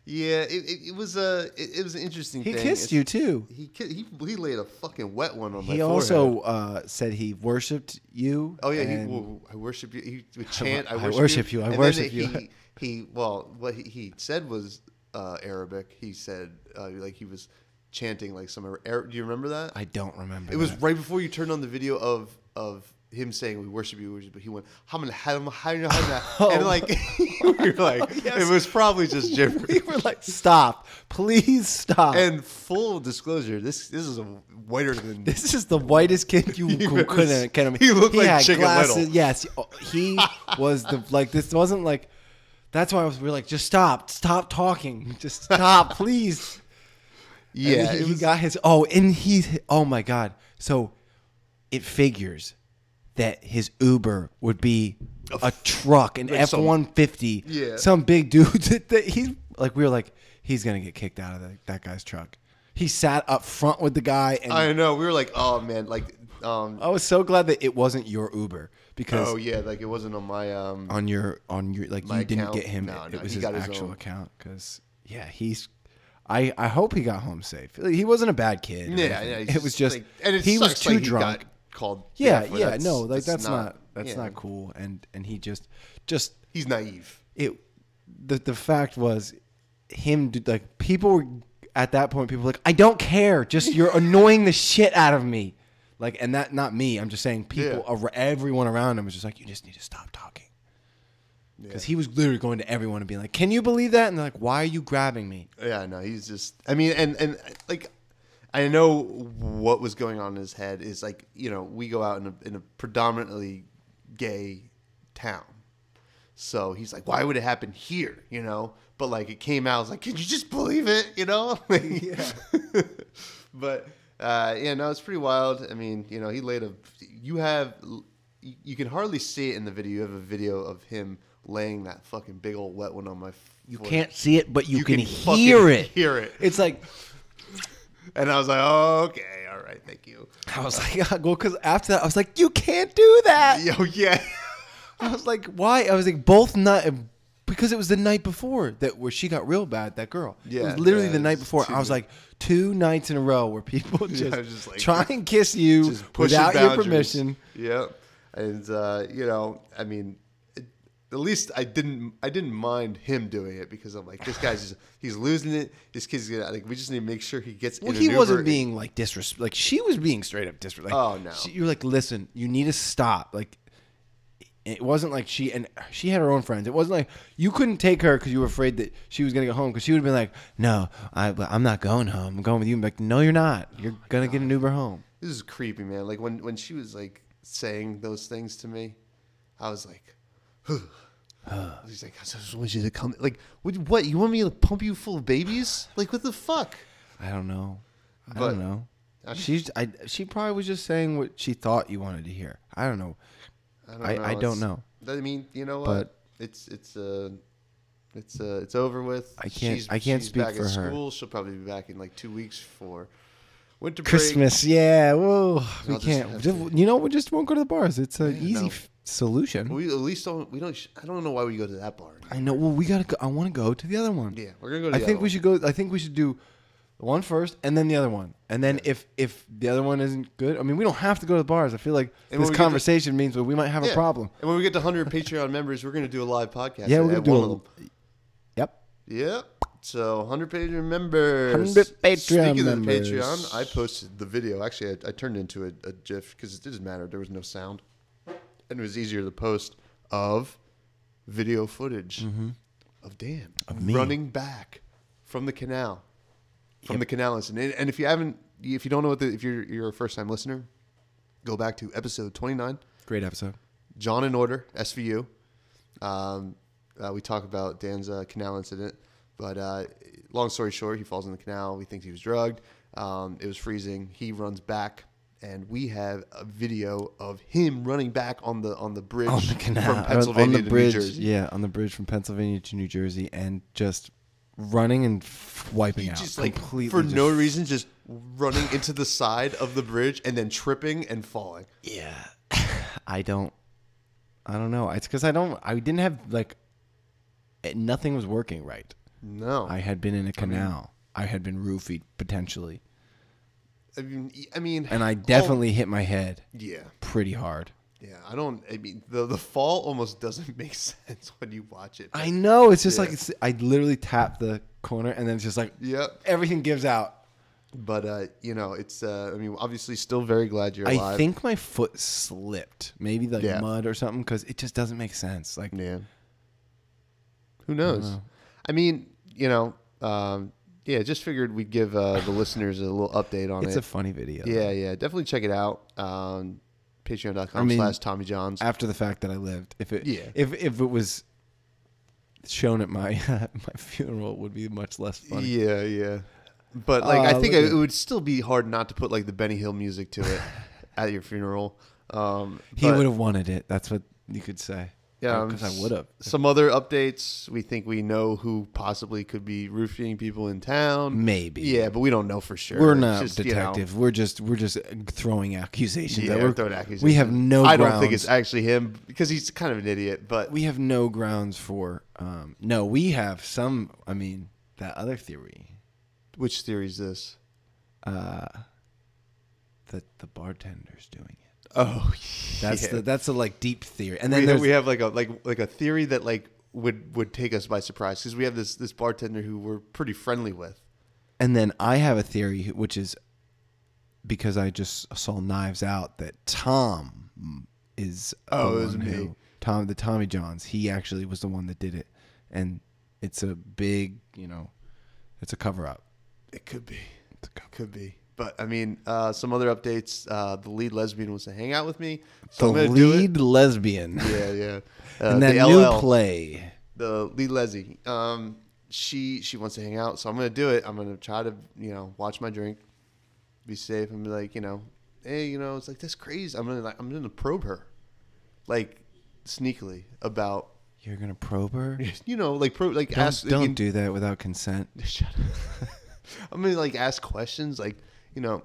Speaker 2: yeah it, it, it was a it, it was an interesting.
Speaker 3: He
Speaker 2: thing. It's-
Speaker 3: kissed you too.
Speaker 2: He, ki- he he laid a fucking wet one on my.
Speaker 3: He also uh, said he worshipped you.
Speaker 2: Oh yeah, he,
Speaker 3: and-
Speaker 2: well, I worship you. He would chant, "I
Speaker 3: I
Speaker 2: worship,
Speaker 3: worship you, I
Speaker 2: And then
Speaker 3: worship
Speaker 2: he-
Speaker 3: you.
Speaker 2: He, well, what he, he said was uh, Arabic. He said uh, like he was chanting like some. Ara- Do you remember that?
Speaker 3: I don't remember.
Speaker 2: it was *laughs*
Speaker 3: that.
Speaker 2: right before you turned on the video of of him saying we worship you, we worship. you," But he went Hamna, hamna, hamna,
Speaker 3: *laughs*
Speaker 2: hamna," and like *laughs* we
Speaker 3: Oh,
Speaker 2: were like it was probably
Speaker 3: *laughs*
Speaker 2: just
Speaker 3: We
Speaker 2: gibberish.
Speaker 3: were like, stop, please stop.
Speaker 2: And full disclosure, this this is a whiter
Speaker 3: *laughs*
Speaker 2: than
Speaker 3: This is the whitest kid
Speaker 2: *laughs*
Speaker 3: you
Speaker 2: He
Speaker 3: who
Speaker 2: was-
Speaker 3: couldn't can
Speaker 2: he looked like Chicken Little.
Speaker 3: Yes, oh,
Speaker 2: *laughs*
Speaker 3: he was the like this wasn't like. That's why I was. We were like, just stop,
Speaker 2: *laughs*
Speaker 3: stop talking, just stop, please. And
Speaker 2: yeah.
Speaker 3: he,
Speaker 2: it
Speaker 3: he
Speaker 2: was-
Speaker 3: got his. Oh, and he. Oh my god. So, it figures that his Uber would be a, truck, an F
Speaker 2: some-
Speaker 3: one fifty,
Speaker 2: Yeah.
Speaker 3: some big dude. *laughs* That, that he's like, we were like, he's gonna get kicked out of that, that guy's truck. He sat up front with the guy and
Speaker 2: I know we were like, oh man, like um,
Speaker 3: I was so glad that it wasn't your Uber because
Speaker 2: Oh yeah, like it wasn't on my um.
Speaker 3: on your on your like
Speaker 2: My
Speaker 3: you didn't
Speaker 2: account?
Speaker 3: get him.
Speaker 2: No,
Speaker 3: it,
Speaker 2: no,
Speaker 3: it was
Speaker 2: he
Speaker 3: his
Speaker 2: got his
Speaker 3: actual
Speaker 2: own.
Speaker 3: account because yeah, he's. I I hope he got home safe. Like, he wasn't a bad kid. or
Speaker 2: yeah,
Speaker 3: anything.
Speaker 2: yeah.
Speaker 3: it was just
Speaker 2: like- and it
Speaker 3: he was
Speaker 2: sucks,
Speaker 3: too
Speaker 2: like, he
Speaker 3: drunk.
Speaker 2: got called.
Speaker 3: yeah,
Speaker 2: deaf, but
Speaker 3: yeah, no, like that's, not, that's
Speaker 2: yeah.
Speaker 3: not cool. And and he just just
Speaker 2: He's naive.
Speaker 3: it the the fact was him d- like people were at that point people were like I don't care just you're
Speaker 2: *laughs*
Speaker 3: annoying the shit out of me like and that not me I'm just saying people
Speaker 2: Yeah.
Speaker 3: ar- everyone around him was just like you just need to stop talking because he was literally going to everyone and being like can you believe that and they're like why are you grabbing me
Speaker 2: Yeah, no, he's just. I mean, and and like, I know what was going on in his head is like, you know, we go out in a in a predominantly gay town, so he's like, why would it happen here? You know, but like it came out. I was like, can you just believe it? You know, *laughs* Like- but uh, yeah, no, it's pretty wild. I mean, you know, he laid a. You have, you can hardly see it in the video. You have a video of him laying that fucking big old wet one on my.
Speaker 3: you
Speaker 2: foot.
Speaker 3: can't see it but you,
Speaker 2: You
Speaker 3: can,
Speaker 2: can fucking
Speaker 3: hear it
Speaker 2: hear it.
Speaker 3: it's like
Speaker 2: And I was like, oh, okay, all right, thank you.
Speaker 3: I was like *laughs* well because after that I was like you can't do that
Speaker 2: Yo, *laughs* yeah.
Speaker 3: I was like, why? I was like, both night because it was the night before that where she got real bad. That girl. it
Speaker 2: Yeah,
Speaker 3: was literally
Speaker 2: yeah,
Speaker 3: the
Speaker 2: it
Speaker 3: night
Speaker 2: was
Speaker 3: before.
Speaker 2: two-
Speaker 3: I was like, two nights in a row where people *laughs*
Speaker 2: Yeah,
Speaker 3: just,
Speaker 2: just like-
Speaker 3: try and kiss you
Speaker 2: Just pushing
Speaker 3: without your
Speaker 2: boundaries.
Speaker 3: permission.
Speaker 2: Yep. and uh, you know, I mean, it- at least I didn't I didn't mind him doing it because I'm like, this guy's just, he's losing it. This kid's gonna like, we just need to make sure he gets.
Speaker 3: Well,
Speaker 2: in
Speaker 3: he
Speaker 2: an Uber.
Speaker 3: wasn't being like disrespect. Like she was being straight up disrespect. Like,
Speaker 2: Oh, no.
Speaker 3: she- you're like, listen, you need to stop. Like, it wasn't like she and she had her own friends. It wasn't like you couldn't take her because you were afraid that she was gonna go home. Because she would have been like, no, I, I'm not going home. I'm going with you. I'm like, no, you're not. You're gonna get an Uber home.
Speaker 2: This is creepy, man. Like when when she was like saying those things to me, I was like, *sighs* he's like, I just want you to come. Like, what? what you want me to pump you full of babies? Like, what the fuck?
Speaker 3: I don't know. I
Speaker 2: But-
Speaker 3: don't know. She's I she probably was just saying what she thought you wanted to hear. I don't know. I- I don't
Speaker 2: It's-
Speaker 3: know.
Speaker 2: I mean, you know what?
Speaker 3: But-
Speaker 2: It's it's uh it's uh it's over with.
Speaker 3: I can't- I can't
Speaker 2: she's
Speaker 3: speak
Speaker 2: back
Speaker 3: for
Speaker 2: at
Speaker 3: her.
Speaker 2: School. She'll probably be back in like two weeks for winter break.
Speaker 3: Christmas, yeah. Whoa, we
Speaker 2: I'll just
Speaker 3: can't.
Speaker 2: have
Speaker 3: Just,
Speaker 2: to-
Speaker 3: you know, we just won't go to the bars. It's an easy
Speaker 2: no.
Speaker 3: f- solution.
Speaker 2: We at least don't we don't. sh- I don't know why we go to that bar.
Speaker 3: I know. Well, we gotta. Go, I want to go to the other one.
Speaker 2: Yeah, we're gonna go. To
Speaker 3: I
Speaker 2: the
Speaker 3: think
Speaker 2: other
Speaker 3: we
Speaker 2: one.
Speaker 3: should go. I think we should do one first, and then the other one, and then if if the other one isn't good, I mean, we don't have to go to the bars. I feel like
Speaker 2: And when
Speaker 3: this
Speaker 2: we get to-
Speaker 3: conversation means that we might have
Speaker 2: Yeah.
Speaker 3: a problem.
Speaker 2: And when we get to 100 Patreon members, we're gonna do a live podcast.
Speaker 3: Yeah,
Speaker 2: at-
Speaker 3: we're gonna
Speaker 2: at
Speaker 3: do
Speaker 2: one
Speaker 3: a-
Speaker 2: of them.
Speaker 3: Yep.
Speaker 2: Yep. So 100 Patreon members.
Speaker 3: 100 Patreon
Speaker 2: Speaking
Speaker 3: members.
Speaker 2: of the Patreon, I posted the video. Actually, I, I turned it into a, a GIF because it didn't matter. There was no sound, and it was easier to post of video footage
Speaker 3: Mm-hmm.
Speaker 2: of Dan running back from the canal, from the canal. And, and if you haven't, if you don't know what the, if you're you're a first time listener, go back to episode 29.
Speaker 3: Great episode.
Speaker 2: John in Order, SVU. Um, uh, we talk about Dan's uh, canal incident, but uh, long story short, he falls in the canal. We think he was drugged. Um, it was freezing. He runs back, and we have a video of him running back on the on the bridge
Speaker 3: On the canal,
Speaker 2: from
Speaker 3: on-
Speaker 2: Pennsylvania
Speaker 3: on the
Speaker 2: to
Speaker 3: bridge,
Speaker 2: New Jersey.
Speaker 3: yeah, on the bridge from Pennsylvania to New Jersey, and just running and f- wiping
Speaker 2: He
Speaker 3: out
Speaker 2: just like
Speaker 3: completely
Speaker 2: for
Speaker 3: just-
Speaker 2: no reason, just running into the side of the bridge and then tripping and falling.
Speaker 3: *sighs* Yeah, I don't, I don't know. It's because I don't. I didn't have like, eh, nothing was working right.
Speaker 2: No,
Speaker 3: I had been in a canal. I, had been roofied potentially,
Speaker 2: I mean, I mean,
Speaker 3: and I
Speaker 2: all-
Speaker 3: definitely hit my head
Speaker 2: yeah.
Speaker 3: pretty hard.
Speaker 2: Yeah, I don't. I mean, the the fall almost *laughs* doesn't make sense when you watch it.
Speaker 3: I know. It's just
Speaker 2: Yeah.
Speaker 3: like it's, I literally tapped the corner, and then it's just like
Speaker 2: Yep.
Speaker 3: everything gives out.
Speaker 2: But uh, you know, it's. Uh, I mean, obviously, still very glad you're alive.
Speaker 3: I think my foot slipped, maybe like
Speaker 2: Yeah.
Speaker 3: mud or something, because it just doesn't make sense. Like,
Speaker 2: Yeah. Who knows? I, mean, you know. Um, yeah, just figured we'd give uh, the listeners a little update on
Speaker 3: it's
Speaker 2: it.
Speaker 3: a funny video.
Speaker 2: yeah, yeah, definitely check it out. Um, Patreon.com
Speaker 3: I mean-
Speaker 2: slash Tommy Johns.
Speaker 3: after the fact that I lived. If it
Speaker 2: Yeah.
Speaker 3: if if it was shown at my *laughs* my funeral, it would be much less funny.
Speaker 2: Yeah, yeah. But like, I
Speaker 3: Uh,
Speaker 2: think
Speaker 3: look
Speaker 2: it,
Speaker 3: at-
Speaker 2: would still be hard not to put like the Benny Hill music to
Speaker 3: *laughs*
Speaker 2: it at your funeral. Um,
Speaker 3: He
Speaker 2: but-
Speaker 3: would have wanted it. That's what you could say.
Speaker 2: Yeah,
Speaker 3: because
Speaker 2: um,
Speaker 3: I would have.
Speaker 2: Some other updates. We think we know who possibly could be roofing people in town.
Speaker 3: Maybe.
Speaker 2: Yeah, but we don't know for sure.
Speaker 3: We're
Speaker 2: It's
Speaker 3: not
Speaker 2: just, you know,
Speaker 3: detective. we're just we're just uh, throwing accusations.
Speaker 2: yeah,
Speaker 3: that we're,
Speaker 2: throwing accusations.
Speaker 3: We have no.
Speaker 2: I
Speaker 3: grounds.
Speaker 2: don't think it's actually him because he's kind of an idiot. But
Speaker 3: We have no grounds for. Um, no, we have some. I mean, that other theory,
Speaker 2: which theory is this?
Speaker 3: that the bartender's doing it.
Speaker 2: Oh, *laughs*
Speaker 3: That's
Speaker 2: yeah.
Speaker 3: the that's a like deep theory. And then
Speaker 2: we,
Speaker 3: there's
Speaker 2: have, we have like a like like a theory that like would would take us by surprise because we have this this bartender who we're pretty friendly with.
Speaker 3: And then I have a theory, which is because I just saw Knives Out that Tom is the
Speaker 2: Oh, it was
Speaker 3: one
Speaker 2: me.
Speaker 3: who- Tom the Tommy Johns. He actually was the one that did it, and it's a big you know, it's a cover up.
Speaker 2: It could be. It could be. But I mean, uh, some other updates. Uh, the lead lesbian wants to hang out with me. So
Speaker 3: The
Speaker 2: I'm gonna do it.
Speaker 3: lead lesbian
Speaker 2: yeah, yeah. Uh,
Speaker 3: in that
Speaker 2: the
Speaker 3: new
Speaker 2: LL,
Speaker 3: play.
Speaker 2: the Lee Leslie. Um, she she wants to hang out, so I'm gonna do it. I'm gonna try to you know watch my drink, be safe, and be like you know, hey, you know, it's like that's crazy. I'm gonna like I'm gonna probe her, like sneakily about
Speaker 3: You're gonna probe her.
Speaker 2: you know like probe like
Speaker 3: Don't,
Speaker 2: ask
Speaker 3: don't
Speaker 2: you-
Speaker 3: do that without consent.
Speaker 2: *laughs* Shut up. I'm gonna like ask questions like, you know,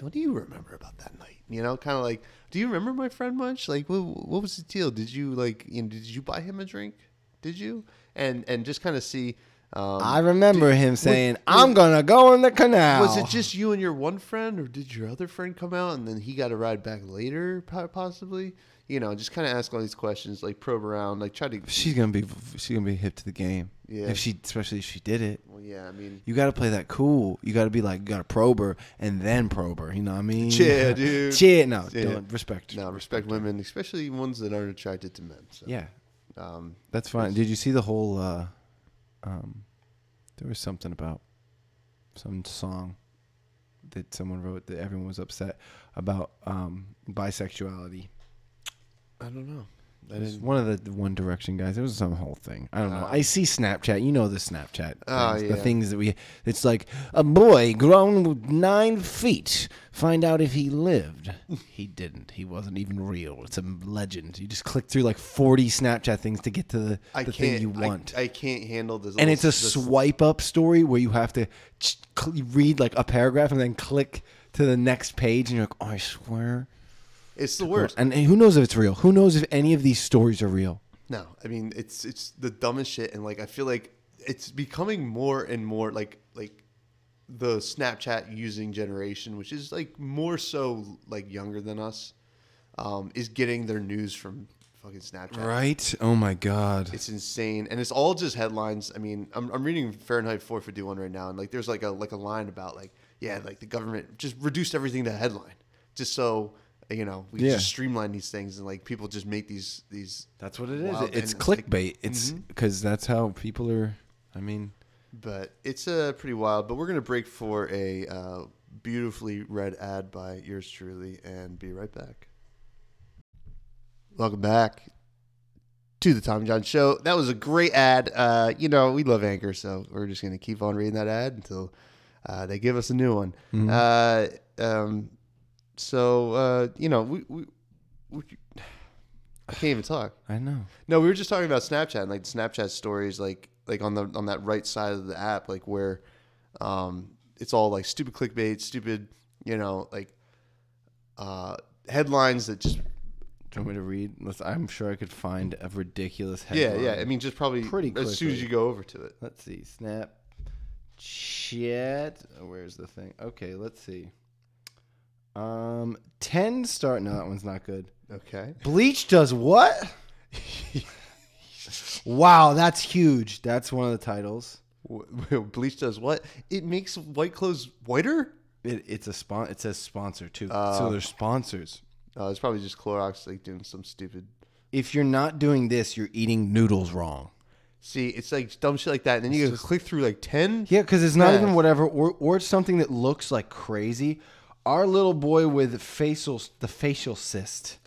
Speaker 2: what do you remember about that night? You know, kind of like, do you remember my friend much? Like, what, what was the deal? Did you like, you know, did you buy him a drink? Did you? And and just kind of see Um,
Speaker 3: I remember him saying, "I'm gonna go in the canal."
Speaker 2: was it just you and your one friend, or did your other friend come out and then he got a ride back later, po- possibly? You know, just kind of ask all these questions, like probe around, like try to.
Speaker 3: She's gonna be she's gonna be hip to the game.
Speaker 2: Yeah.
Speaker 3: If she, especially if she did it,
Speaker 2: Well, yeah, I mean,
Speaker 3: you gotta play that cool. You gotta be like, you gotta probe her and then probe her. You know what I mean? *laughs*
Speaker 2: Chill, dude.
Speaker 3: Chill. No,
Speaker 2: Yeah.
Speaker 3: don't respect.
Speaker 2: now respect women, especially ones that aren't attracted to men. So,
Speaker 3: Yeah,
Speaker 2: Um,
Speaker 3: that's fine. Did you see the whole? uh um There was something about some song that someone wrote that everyone was upset about um bisexuality.
Speaker 2: I don't know. I
Speaker 3: It was
Speaker 2: didn't.
Speaker 3: one of the One Direction guys. It was some whole thing. I don't know.
Speaker 2: Ah.
Speaker 3: I see Snapchat. You know the Snapchat.
Speaker 2: Ah,
Speaker 3: things, The
Speaker 2: yeah.
Speaker 3: things that we. It's like a boy grown with nine feet. Find out if
Speaker 2: *laughs*
Speaker 3: he lived. he didn't. He wasn't even real. It's a legend. You just click through like forty Snapchat things to get to the,
Speaker 2: I
Speaker 3: the
Speaker 2: can't.
Speaker 3: thing you want.
Speaker 2: I, I can't handle this.
Speaker 3: and
Speaker 2: little-
Speaker 3: it's a
Speaker 2: this-
Speaker 3: swipe up story where you have to ch- cl- read like a paragraph and then click to the next page, and you're like, oh, I swear.
Speaker 2: It's the worst.
Speaker 3: And and who knows if it's real? Who knows if any of these stories are real?
Speaker 2: No, I mean it's it's the dumbest shit, and like I feel like it's becoming more and more like like the Snapchat using generation, which is like more so like younger than us, um, is getting their news from fucking Snapchat.
Speaker 3: Right? Oh my god.
Speaker 2: It's insane, and it's all just headlines. I mean, I'm, I'm reading Fahrenheit 451 right now, and like there's like a like a line about like yeah, like the government just reduced everything to headline, just so you know we
Speaker 3: Yeah.
Speaker 2: just streamline these things, and like people just make these these.
Speaker 3: That's what it is.
Speaker 2: wild
Speaker 3: it's
Speaker 2: and, like,
Speaker 3: clickbait. it's because that's how people are. I mean,
Speaker 2: but it's uh, pretty wild. But we're gonna break for a uh, beautifully read ad by yours truly, and be right back. Welcome back to the Tom John Show. That was a great ad. Uh, you know we love Anchor, so we're just gonna keep on reading that ad until uh, they give us a new one. Uh, um, so uh, you know we, we, we *sighs* I can't even talk.
Speaker 3: I know.
Speaker 2: No, we were just talking about Snapchat and like Snapchat stories, like like on the on that right side of the app, like where um, it's all like stupid clickbait, stupid, you know, like uh, headlines that just
Speaker 3: Do you want me to read? Let's, I'm sure I could find a ridiculous
Speaker 2: yeah,
Speaker 3: headline.
Speaker 2: yeah. I mean, just probably
Speaker 3: Pretty
Speaker 2: as soon as
Speaker 3: quickly.
Speaker 2: you go over to it.
Speaker 3: Let's see. Snap. Chat. Where's the thing? Okay, let's see. Um, ten star. No, that one's not good.
Speaker 2: Okay.
Speaker 3: Bleach does *laughs* what? wow, that's huge. That's one of the titles.
Speaker 2: W- Bleach does what? It makes white clothes whiter.
Speaker 3: It, it's a spon. It says sponsor too. so they're sponsors.
Speaker 2: Uh, it's probably just Clorox like doing some stupid.
Speaker 3: if you're not doing this, you're eating noodles wrong.
Speaker 2: See, it's like dumb shit like that, and then you click through like ten.
Speaker 3: Yeah, because it's not
Speaker 2: Yeah.
Speaker 3: even whatever, or or it's something that looks like crazy. Our little boy with facial, the facial cyst.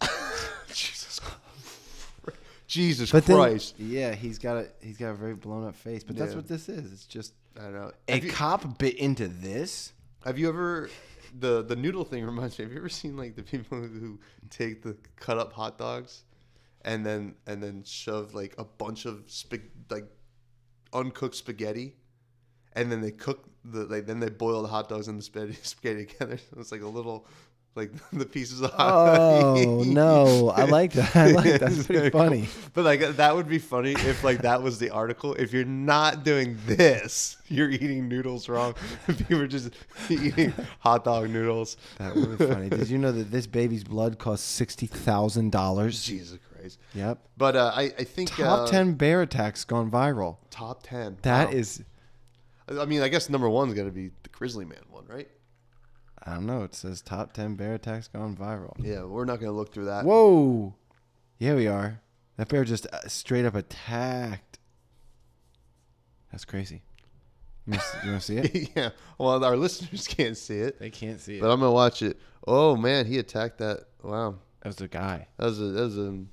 Speaker 2: Jesus. Christ. Jesus
Speaker 3: But then,
Speaker 2: Christ.
Speaker 3: yeah, he's got a he's got a very blown up face. But that's
Speaker 2: Yeah.
Speaker 3: what this is. It's just
Speaker 2: I don't know.
Speaker 3: a
Speaker 2: Have you-
Speaker 3: cop bit into this.
Speaker 2: Have you ever the the noodle thing *laughs* reminds me? Have you ever seen like the people who take the cut up hot dogs and then and then shove like a bunch of spag like uncooked spaghetti and then they cook the like then they boil the hot dogs and the spaghetti, *laughs* spaghetti together. So it's like a little like *laughs* the pieces of hot
Speaker 3: Oh no, I like that. I like that's *laughs* pretty funny.
Speaker 2: *laughs* But like that would be funny if like that was the article. If you're not doing this, *laughs* you're eating noodles wrong. *laughs* People are just eating hot dog noodles.
Speaker 3: That would be funny. Did you know that this baby's blood costs sixty thousand dollars?
Speaker 2: *laughs* Jesus Christ.
Speaker 3: Yep.
Speaker 2: But uh, I I think uh,
Speaker 3: Top ten bear attacks gone viral.
Speaker 2: top ten.
Speaker 3: That
Speaker 2: Wow.
Speaker 3: is.
Speaker 2: I mean, I guess number one's got to be the Grizzly Man one, right?
Speaker 3: I don't know. It says top 10 bear attacks gone viral.
Speaker 2: Yeah, we're not gonna look through that.
Speaker 3: Whoa. Yeah, we are. That bear just uh, straight up attacked. That's crazy. You want to see *laughs* it?
Speaker 2: *laughs* yeah. Well, our *laughs* listeners can't see it,
Speaker 3: They can't see
Speaker 2: but I'm gonna watch it. Oh man, he attacked that. Wow,
Speaker 3: That was a guy.
Speaker 2: that was a that was an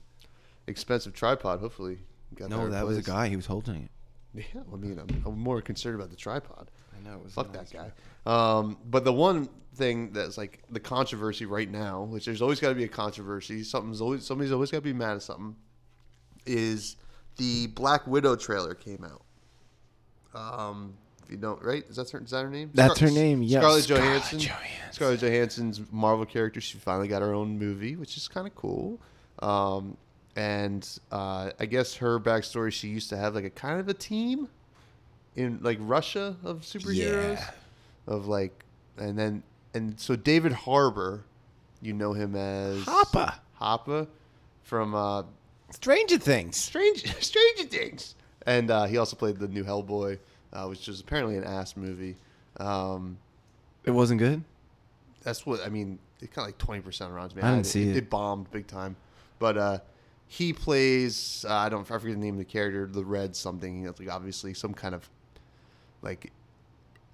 Speaker 2: expensive tripod. Hopefully, you got
Speaker 3: No,
Speaker 2: that
Speaker 3: that was a
Speaker 2: replaced.
Speaker 3: guy. He was holding it.
Speaker 2: *laughs* Yeah, I mean, I'm, I'm more concerned about the tripod.
Speaker 3: I know. It was
Speaker 2: Fuck that guy. Um, but the one thing that's like the controversy right now, which there's always got to be a controversy. Something's always somebody's always got to be mad at something. Is the Black Widow trailer came out? Um, if you don't, right? Is that her, is that her name?
Speaker 3: That's her name, yeah.
Speaker 2: Scarlett
Speaker 3: Scarlett
Speaker 2: Johansson.
Speaker 3: Johansson.
Speaker 2: Scarlett Johansson's Marvel character. She finally got her own movie, which is kind of cool. Um, and uh, I guess her backstory, she used to have like a kind of a team in like Russia of superheroes,
Speaker 3: Yeah.
Speaker 2: of like, and then and so David Harbor, you know him as
Speaker 3: Hopper.
Speaker 2: Hopper from uh,
Speaker 3: Stranger Things.
Speaker 2: Strange *laughs* Stranger Things, and uh, he also played the new Hellboy, uh, which was apparently an ass movie. Um,
Speaker 3: It wasn't good.
Speaker 2: that's what I mean. It kind of like twenty percent around me.
Speaker 3: I didn't see it.
Speaker 2: It bombed big time, but uh, he plays. Uh, I don't. I forget the name of the character. The red something. That's like obviously some kind of like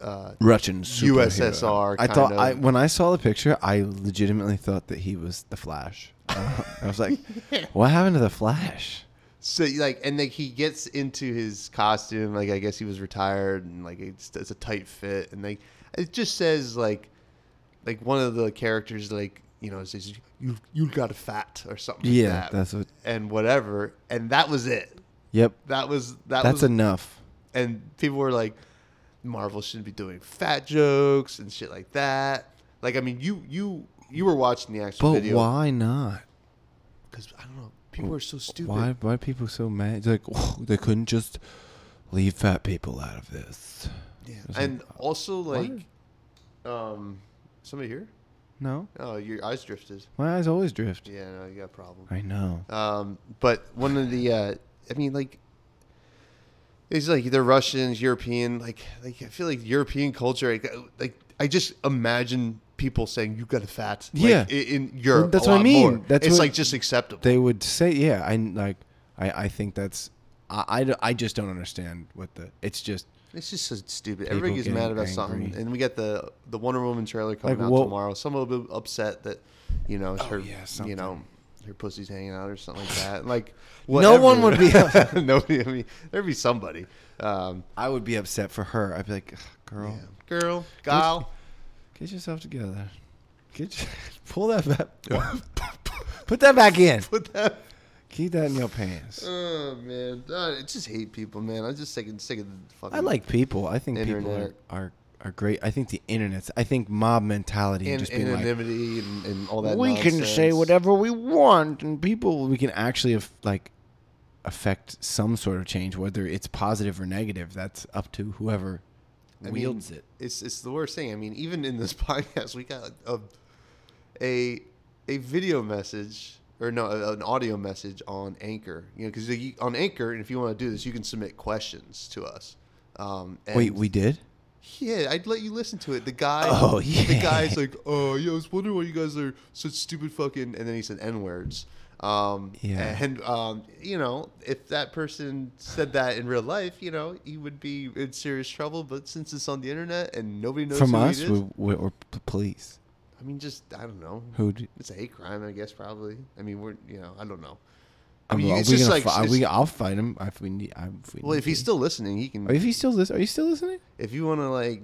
Speaker 2: uh,
Speaker 3: Russian
Speaker 2: USSR
Speaker 3: I thought
Speaker 2: kind
Speaker 3: I
Speaker 2: of-
Speaker 3: when I saw the picture, I legitimately thought that he was the *laughs* Flash. Uh, I was *laughs* like, "What happened to the Flash?"
Speaker 2: so like and like he gets into his costume. Like I guess he was retired and like it's, it's a tight fit and like it just says like like one of the characters like you know says you you got a fat or something. like
Speaker 3: Yeah,
Speaker 2: that.
Speaker 3: that's what-
Speaker 2: and whatever and that was it.
Speaker 3: Yep,
Speaker 2: That was that
Speaker 3: that's
Speaker 2: was
Speaker 3: enough.
Speaker 2: and people were like, Marvel shouldn't be doing fat jokes and shit like that. Like, I mean, you you you were watching the actual
Speaker 3: But
Speaker 2: video
Speaker 3: why not?
Speaker 2: because I don't know, people are so stupid.
Speaker 3: Why? Why are people so mad? It's like oh, they couldn't just leave fat people out of this.
Speaker 2: Yeah. And
Speaker 3: uh,
Speaker 2: also like, um, somebody here?
Speaker 3: No,
Speaker 2: Oh, your eyes drifted.
Speaker 3: my eyes always drift.
Speaker 2: Yeah, no, you got a problem.
Speaker 3: I know.
Speaker 2: Um, but one of the, uh, I mean, like, it's like they're Russians, European. Like, like I feel like European culture. Like, uh, like I just imagine people saying "you got a fat." like,
Speaker 3: Yeah.
Speaker 2: i- in, Europe.
Speaker 3: That's
Speaker 2: a
Speaker 3: what I
Speaker 2: lot
Speaker 3: mean.
Speaker 2: more.
Speaker 3: That's
Speaker 2: it's
Speaker 3: what-
Speaker 2: like just acceptable.
Speaker 3: They would say, "Yeah, I like." I I think that's. I, I, don't- I just don't understand what the. It's just
Speaker 2: it's just so stupid.
Speaker 3: People
Speaker 2: Everybody gets mad
Speaker 3: getting
Speaker 2: about something,
Speaker 3: angry.
Speaker 2: and we got the the Wonder Woman trailer coming
Speaker 3: Like,
Speaker 2: out
Speaker 3: what-
Speaker 2: tomorrow. Some will be upset that you know her,
Speaker 3: yeah,
Speaker 2: you
Speaker 3: something.
Speaker 2: know. Her pussy's hanging out or something like
Speaker 3: *sighs*
Speaker 2: that. Like,
Speaker 3: No one
Speaker 2: *laughs*
Speaker 3: would be-
Speaker 2: whatever. Nobody. I mean, there'd be somebody. Um,
Speaker 3: I would be upset for her. I'd be like, "Ugh, girl,
Speaker 2: girl, gal.
Speaker 3: get yourself together. Get your, *laughs* pull that back.
Speaker 2: *laughs*
Speaker 3: Put that back in.
Speaker 2: Put that.
Speaker 3: Keep that in your pants.
Speaker 2: Oh man, I just hate people, man. I'm just sick and sick of the fucking.
Speaker 3: I like people. I think people
Speaker 2: Internet.
Speaker 3: are, are are great. I think the internet's. I think mob mentality and
Speaker 2: an-
Speaker 3: just being like,
Speaker 2: anonymity and, and all that.
Speaker 3: we can say
Speaker 2: nonsense.
Speaker 3: whatever we want, and people we can actually af- like affect some sort of change, whether it's positive or negative. That's up to whoever
Speaker 2: I mean,
Speaker 3: wields it.
Speaker 2: It's it's the worst thing. I mean, even in this *laughs* podcast, we got a a, a video message or no, a- an audio message on Anchor. You know, because on Anchor, and if you want to do this, you can submit questions to us. Um, and
Speaker 3: Wait, we did.
Speaker 2: Yeah, I'd let you listen to it. The guy,
Speaker 3: Oh, *laughs* yeah.
Speaker 2: the guy's like, oh yeah, I was wondering why you guys are such stupid fucking, and then he said n words. Um,
Speaker 3: Yeah.
Speaker 2: and um, you know, if that person said that in real life, you know, he would be in serious trouble. But since it's on the internet and nobody knows
Speaker 3: From
Speaker 2: who
Speaker 3: us,
Speaker 2: it is,
Speaker 3: we, we, or p- police.
Speaker 2: I mean, just I don't know.
Speaker 3: Who? d-
Speaker 2: It's a hate crime, I guess. Probably. I mean, we're you know, I don't know. I
Speaker 3: I
Speaker 2: mean,
Speaker 3: mean, are
Speaker 2: it's
Speaker 3: we
Speaker 2: just
Speaker 3: gonna
Speaker 2: like-
Speaker 3: fi- are
Speaker 2: it's-
Speaker 3: we- I'll fight him if we need. I- If we
Speaker 2: Well,
Speaker 3: need
Speaker 2: if he's
Speaker 3: to.
Speaker 2: still listening, he can.
Speaker 3: Are- if he's still listening, are you still listening?
Speaker 2: if you want to like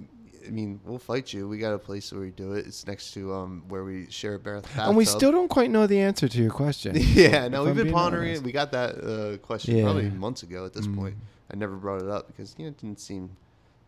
Speaker 2: i mean we'll fight you we got a place where we do it it's next to um where we share a bath
Speaker 3: and we
Speaker 2: bathtub.
Speaker 3: still don't quite know the answer to your question.
Speaker 2: *laughs* yeah
Speaker 3: If
Speaker 2: no
Speaker 3: I'm
Speaker 2: we've been
Speaker 3: being
Speaker 2: pondering
Speaker 3: honest.
Speaker 2: it we got that uh, question
Speaker 3: Yeah. Mm.
Speaker 2: probably months ago at this point i never brought it up because you know it didn't seem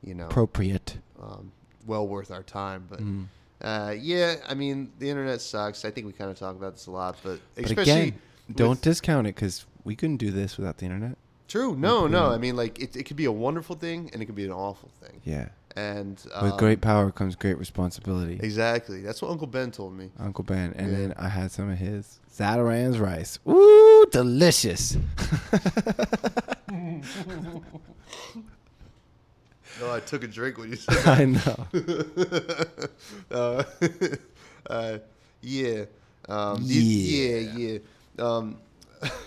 Speaker 2: you know
Speaker 3: Appropriate.
Speaker 2: um, well worth our time but
Speaker 3: Mm.
Speaker 2: uh, yeah i mean the internet sucks i think we kind of talk about this a lot but
Speaker 3: But
Speaker 2: especially
Speaker 3: again,
Speaker 2: with-
Speaker 3: don't discount it because we couldn't do this without the internet.
Speaker 2: true no no i mean like it, it could be a wonderful thing and it could be an awful thing
Speaker 3: Yeah.
Speaker 2: and um,
Speaker 3: With great power comes great responsibility.
Speaker 2: exactly that's what uncle ben told me
Speaker 3: Uncle Ben, and
Speaker 2: Yeah.
Speaker 3: then I had some of his Zataran's rice. Ooh, delicious! *laughs*
Speaker 2: No, I took a drink when you said that. *laughs*
Speaker 3: I know.
Speaker 2: uh, uh, yeah. Um, yeah. Yeah, yeah. Um,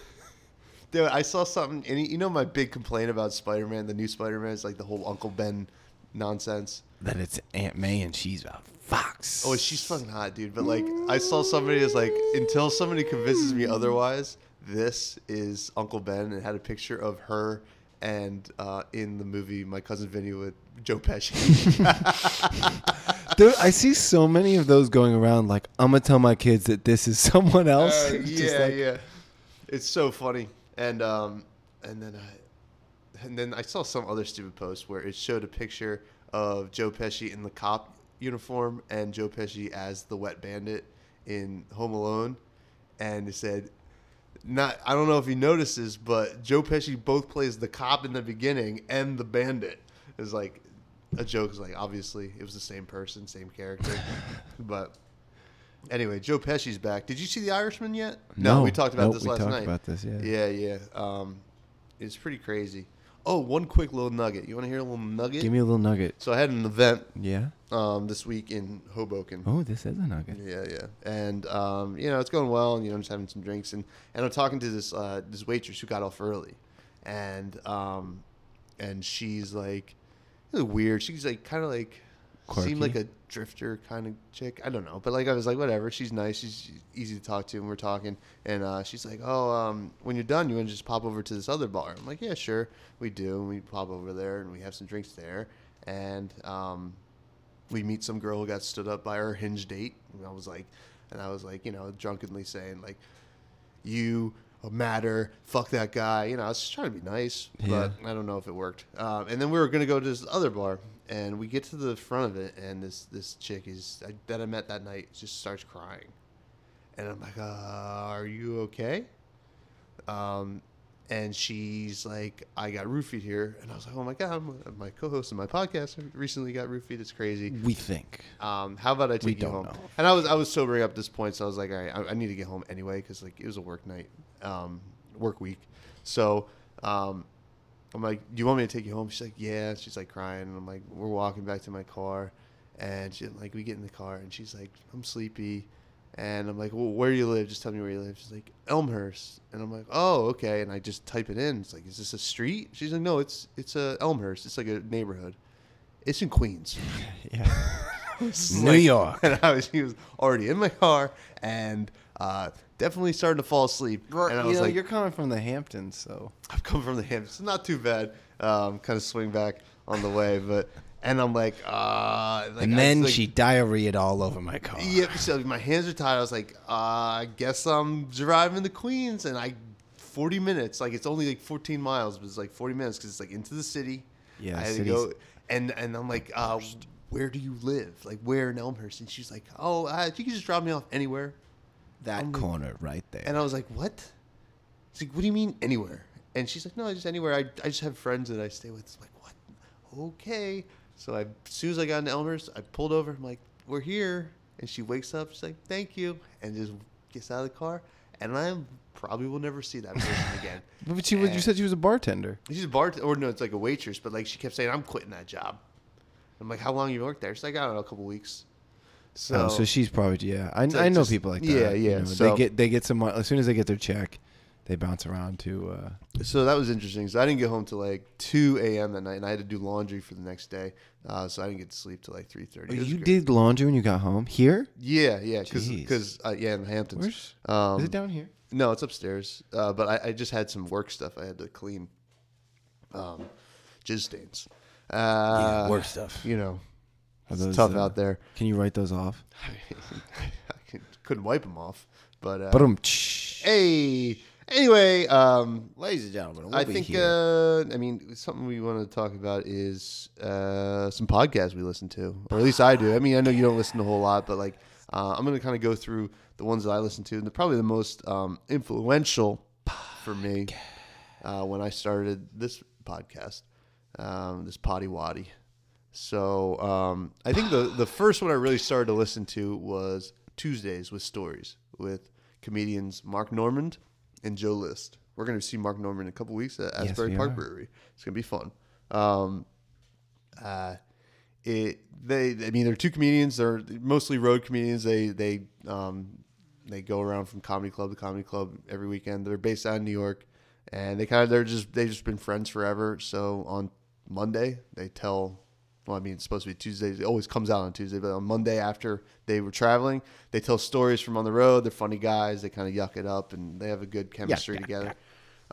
Speaker 2: *laughs* dude, I saw something, and you know my big complaint about Spider-Man, the new Spider-Man, is like the whole Uncle Ben nonsense.
Speaker 3: that it's Aunt May and she's a fox.
Speaker 2: Oh, she's
Speaker 3: *laughs*
Speaker 2: fucking hot, dude. But like, I saw somebody is like, until somebody convinces me otherwise, this is Uncle Ben, and had a picture of her and uh, in the movie My Cousin Vinny with Joe Pesci.
Speaker 3: Dude, I see so many of those going around. Like, I'm gonna tell my kids that this is *laughs* someone else.
Speaker 2: Uh,
Speaker 3: It's just
Speaker 2: yeah,
Speaker 3: like,
Speaker 2: yeah. It's so funny. And um, and then I, and then I saw some other stupid post where it showed a picture of Joe Pesci in the cop uniform and Joe Pesci as the wet bandit in Home Alone, and it said. Not, I don't know if he notices, but Joe Pesci both plays the cop in the beginning and the bandit, It was like a joke. Is like obviously it was the same person, same
Speaker 3: *laughs*
Speaker 2: character, but anyway, Joe Pesci's back. Did you see The Irishman yet?
Speaker 3: No.
Speaker 2: we talked about
Speaker 3: Nope,
Speaker 2: this
Speaker 3: we
Speaker 2: last
Speaker 3: talked
Speaker 2: night.
Speaker 3: about this, yeah.
Speaker 2: yeah, yeah. Um, it's pretty crazy. Oh, one quick little nugget. You want to hear a little nugget?
Speaker 3: Give me a little nugget.
Speaker 2: so I had an event
Speaker 3: Yeah.
Speaker 2: um, this week in Hoboken.
Speaker 3: Oh, this is a nugget.
Speaker 2: Yeah, yeah, and um, you know it's going well, and you know I'm just having some drinks, and, and I'm talking to this uh, this waitress who got off early, and um, and she's like, really weird. She's like kind of like
Speaker 3: Quirky?
Speaker 2: seemed like a drifter kind of chick. I don't know, but like I was like whatever. She's nice. She's easy to talk to, and we're talking, and uh, she's like, oh, um, when you're done, you want to just pop over to this other bar. I'm like, yeah, sure, we do, and we pop over there, and we have some drinks there, and um, we meet some girl who got stood up by her hinge date. And I was like, and I was like, you know, drunkenly saying like, you matter, fuck that guy. You know, I was just trying to be nice,
Speaker 3: Yeah.
Speaker 2: but I don't know if it worked. Um, and then we were gonna go to this other bar, and we get to the front of it, and this this chick is that I met that night just starts crying, and I'm like, uh, are you okay? Um, and she's like, I got roofied here, and I was like, oh my god, my, my co-host of my podcast recently got roofied. It's crazy.
Speaker 3: We think. *laughs*
Speaker 2: Um, how about I take you
Speaker 3: don't
Speaker 2: home?
Speaker 3: know.
Speaker 2: And I was I was sobering up this point, so I was like, all right, I, I need to get home anyway because like it was a work night, um, work week. So um, I'm like, do you want me to take you home? She's like, yeah. She's like crying, and I'm like, we're walking back to my car, and she like we get in the car, and she's like, I'm sleepy, and I'm like, well, where do you live? Just tell me where you live. She's like, Elmhurst, and I'm like, oh, okay. And I just type it in. It's like, is this a street? She's like, no, it's it's a Elmhurst. It's like a neighborhood. It's in Queens.
Speaker 3: Yeah.
Speaker 2: It's *laughs*
Speaker 3: New York.
Speaker 2: And I was, he was already in my car and uh, definitely starting to fall asleep. and I
Speaker 3: you
Speaker 2: was
Speaker 3: know,
Speaker 2: like,
Speaker 3: you're coming from the Hamptons, so
Speaker 2: I've come from the Hamptons. It's not too bad. Um, kind of swing back on the way, but and I'm like, uh, like I was like-
Speaker 3: diarrheaed all over my car.
Speaker 2: Yep. So my hands are tied. I was like, uh, I guess I'm driving to Queens, and I, 40 minutes. Like it's only like 14 miles, but it's like 40 minutes because it's like into the city.
Speaker 3: Yeah,
Speaker 2: I had to
Speaker 3: city's-
Speaker 2: go, and and I'm like, uh, where do you live? Like where in Elmhurst? And she's like, oh, uh, you can just drop me off anywhere.
Speaker 3: That
Speaker 2: I'm like-
Speaker 3: corner right there.
Speaker 2: And I was like, what? She's like, what do you mean anywhere? And she's like, no, just anywhere. I, I just have friends that I stay with. It's like, what? Okay. So I, as soon as I got into Elmer's, I pulled over. I'm like, we're here. And she wakes up. She's like, thank you. And just gets out of the car. And I probably will never see that
Speaker 3: *laughs*
Speaker 2: person again.
Speaker 3: but she was, you
Speaker 2: And-
Speaker 3: said she was a bartender.
Speaker 2: She's a bart, or no, it's like a waitress, but like she kept saying, I'm quitting that job. I'm like, how long you worked there? She's like, I don't know, a couple weeks. So,
Speaker 3: oh, so she's probably yeah. I,
Speaker 2: So
Speaker 3: I know
Speaker 2: just-
Speaker 3: people like that.
Speaker 2: yeah,
Speaker 3: you
Speaker 2: yeah,
Speaker 3: know,
Speaker 2: so-
Speaker 3: they get they get some mon- as soon as they get their check, they bounce around to. Uh,
Speaker 2: So that was interesting. So I didn't get home till like two a.m. that night, and I had to do laundry for the next day. Uh, so I didn't get to sleep till like three thirty.
Speaker 3: Oh, you did laundry when you got home here.
Speaker 2: Yeah, yeah, because
Speaker 3: Jeez.
Speaker 2: uh, yeah, in the Hamptons.
Speaker 3: Where's-
Speaker 2: um,
Speaker 3: Is it down here?
Speaker 2: No, it's upstairs. Uh, but I, I just had some work stuff I had to clean. Um, jizz stains. Uh,
Speaker 3: stuff.
Speaker 2: You know,
Speaker 3: Are
Speaker 2: it's
Speaker 3: those,
Speaker 2: tough
Speaker 3: uh,
Speaker 2: out
Speaker 3: *laughs*
Speaker 2: there. *laughs*
Speaker 3: Can you write those off?
Speaker 2: I couldn't wipe them off, but uh,
Speaker 3: But um,
Speaker 2: hey, anyway, um,
Speaker 3: ladies and gentlemen,
Speaker 2: I think uh, I mean something we want to talk about is uh, some podcasts we listen to, or at least I do. I mean, I know you don't listen to a whole lot, but like uh, I'm gonna kind of go through the ones that I listen to, and the, probably the most um, influential for me uh, when I started this podcast, um, this potty waddy. So um, I think the the first one I really started to listen to was Tuesdays with Stories with comedians Mark Normand and Joe List. We're going to see Mark Normand in a couple weeks at
Speaker 3: Yes,
Speaker 2: Asbury
Speaker 3: we
Speaker 2: Park
Speaker 3: are.
Speaker 2: Brewery. It's going to be fun. Um, uh, it they I mean they're two comedians. They're mostly road comedians. They they um, they go around from comedy club to comedy club every weekend. They're based out in New York, and they kind of they're just they've just been friends forever. So on Monday they tell. Well, I mean, it's supposed to be Tuesday. It always comes out on Tuesday, but on Monday after they were traveling, they tell stories from on the road. They're funny guys. They kind of yuck it up, and they have a good chemistry together.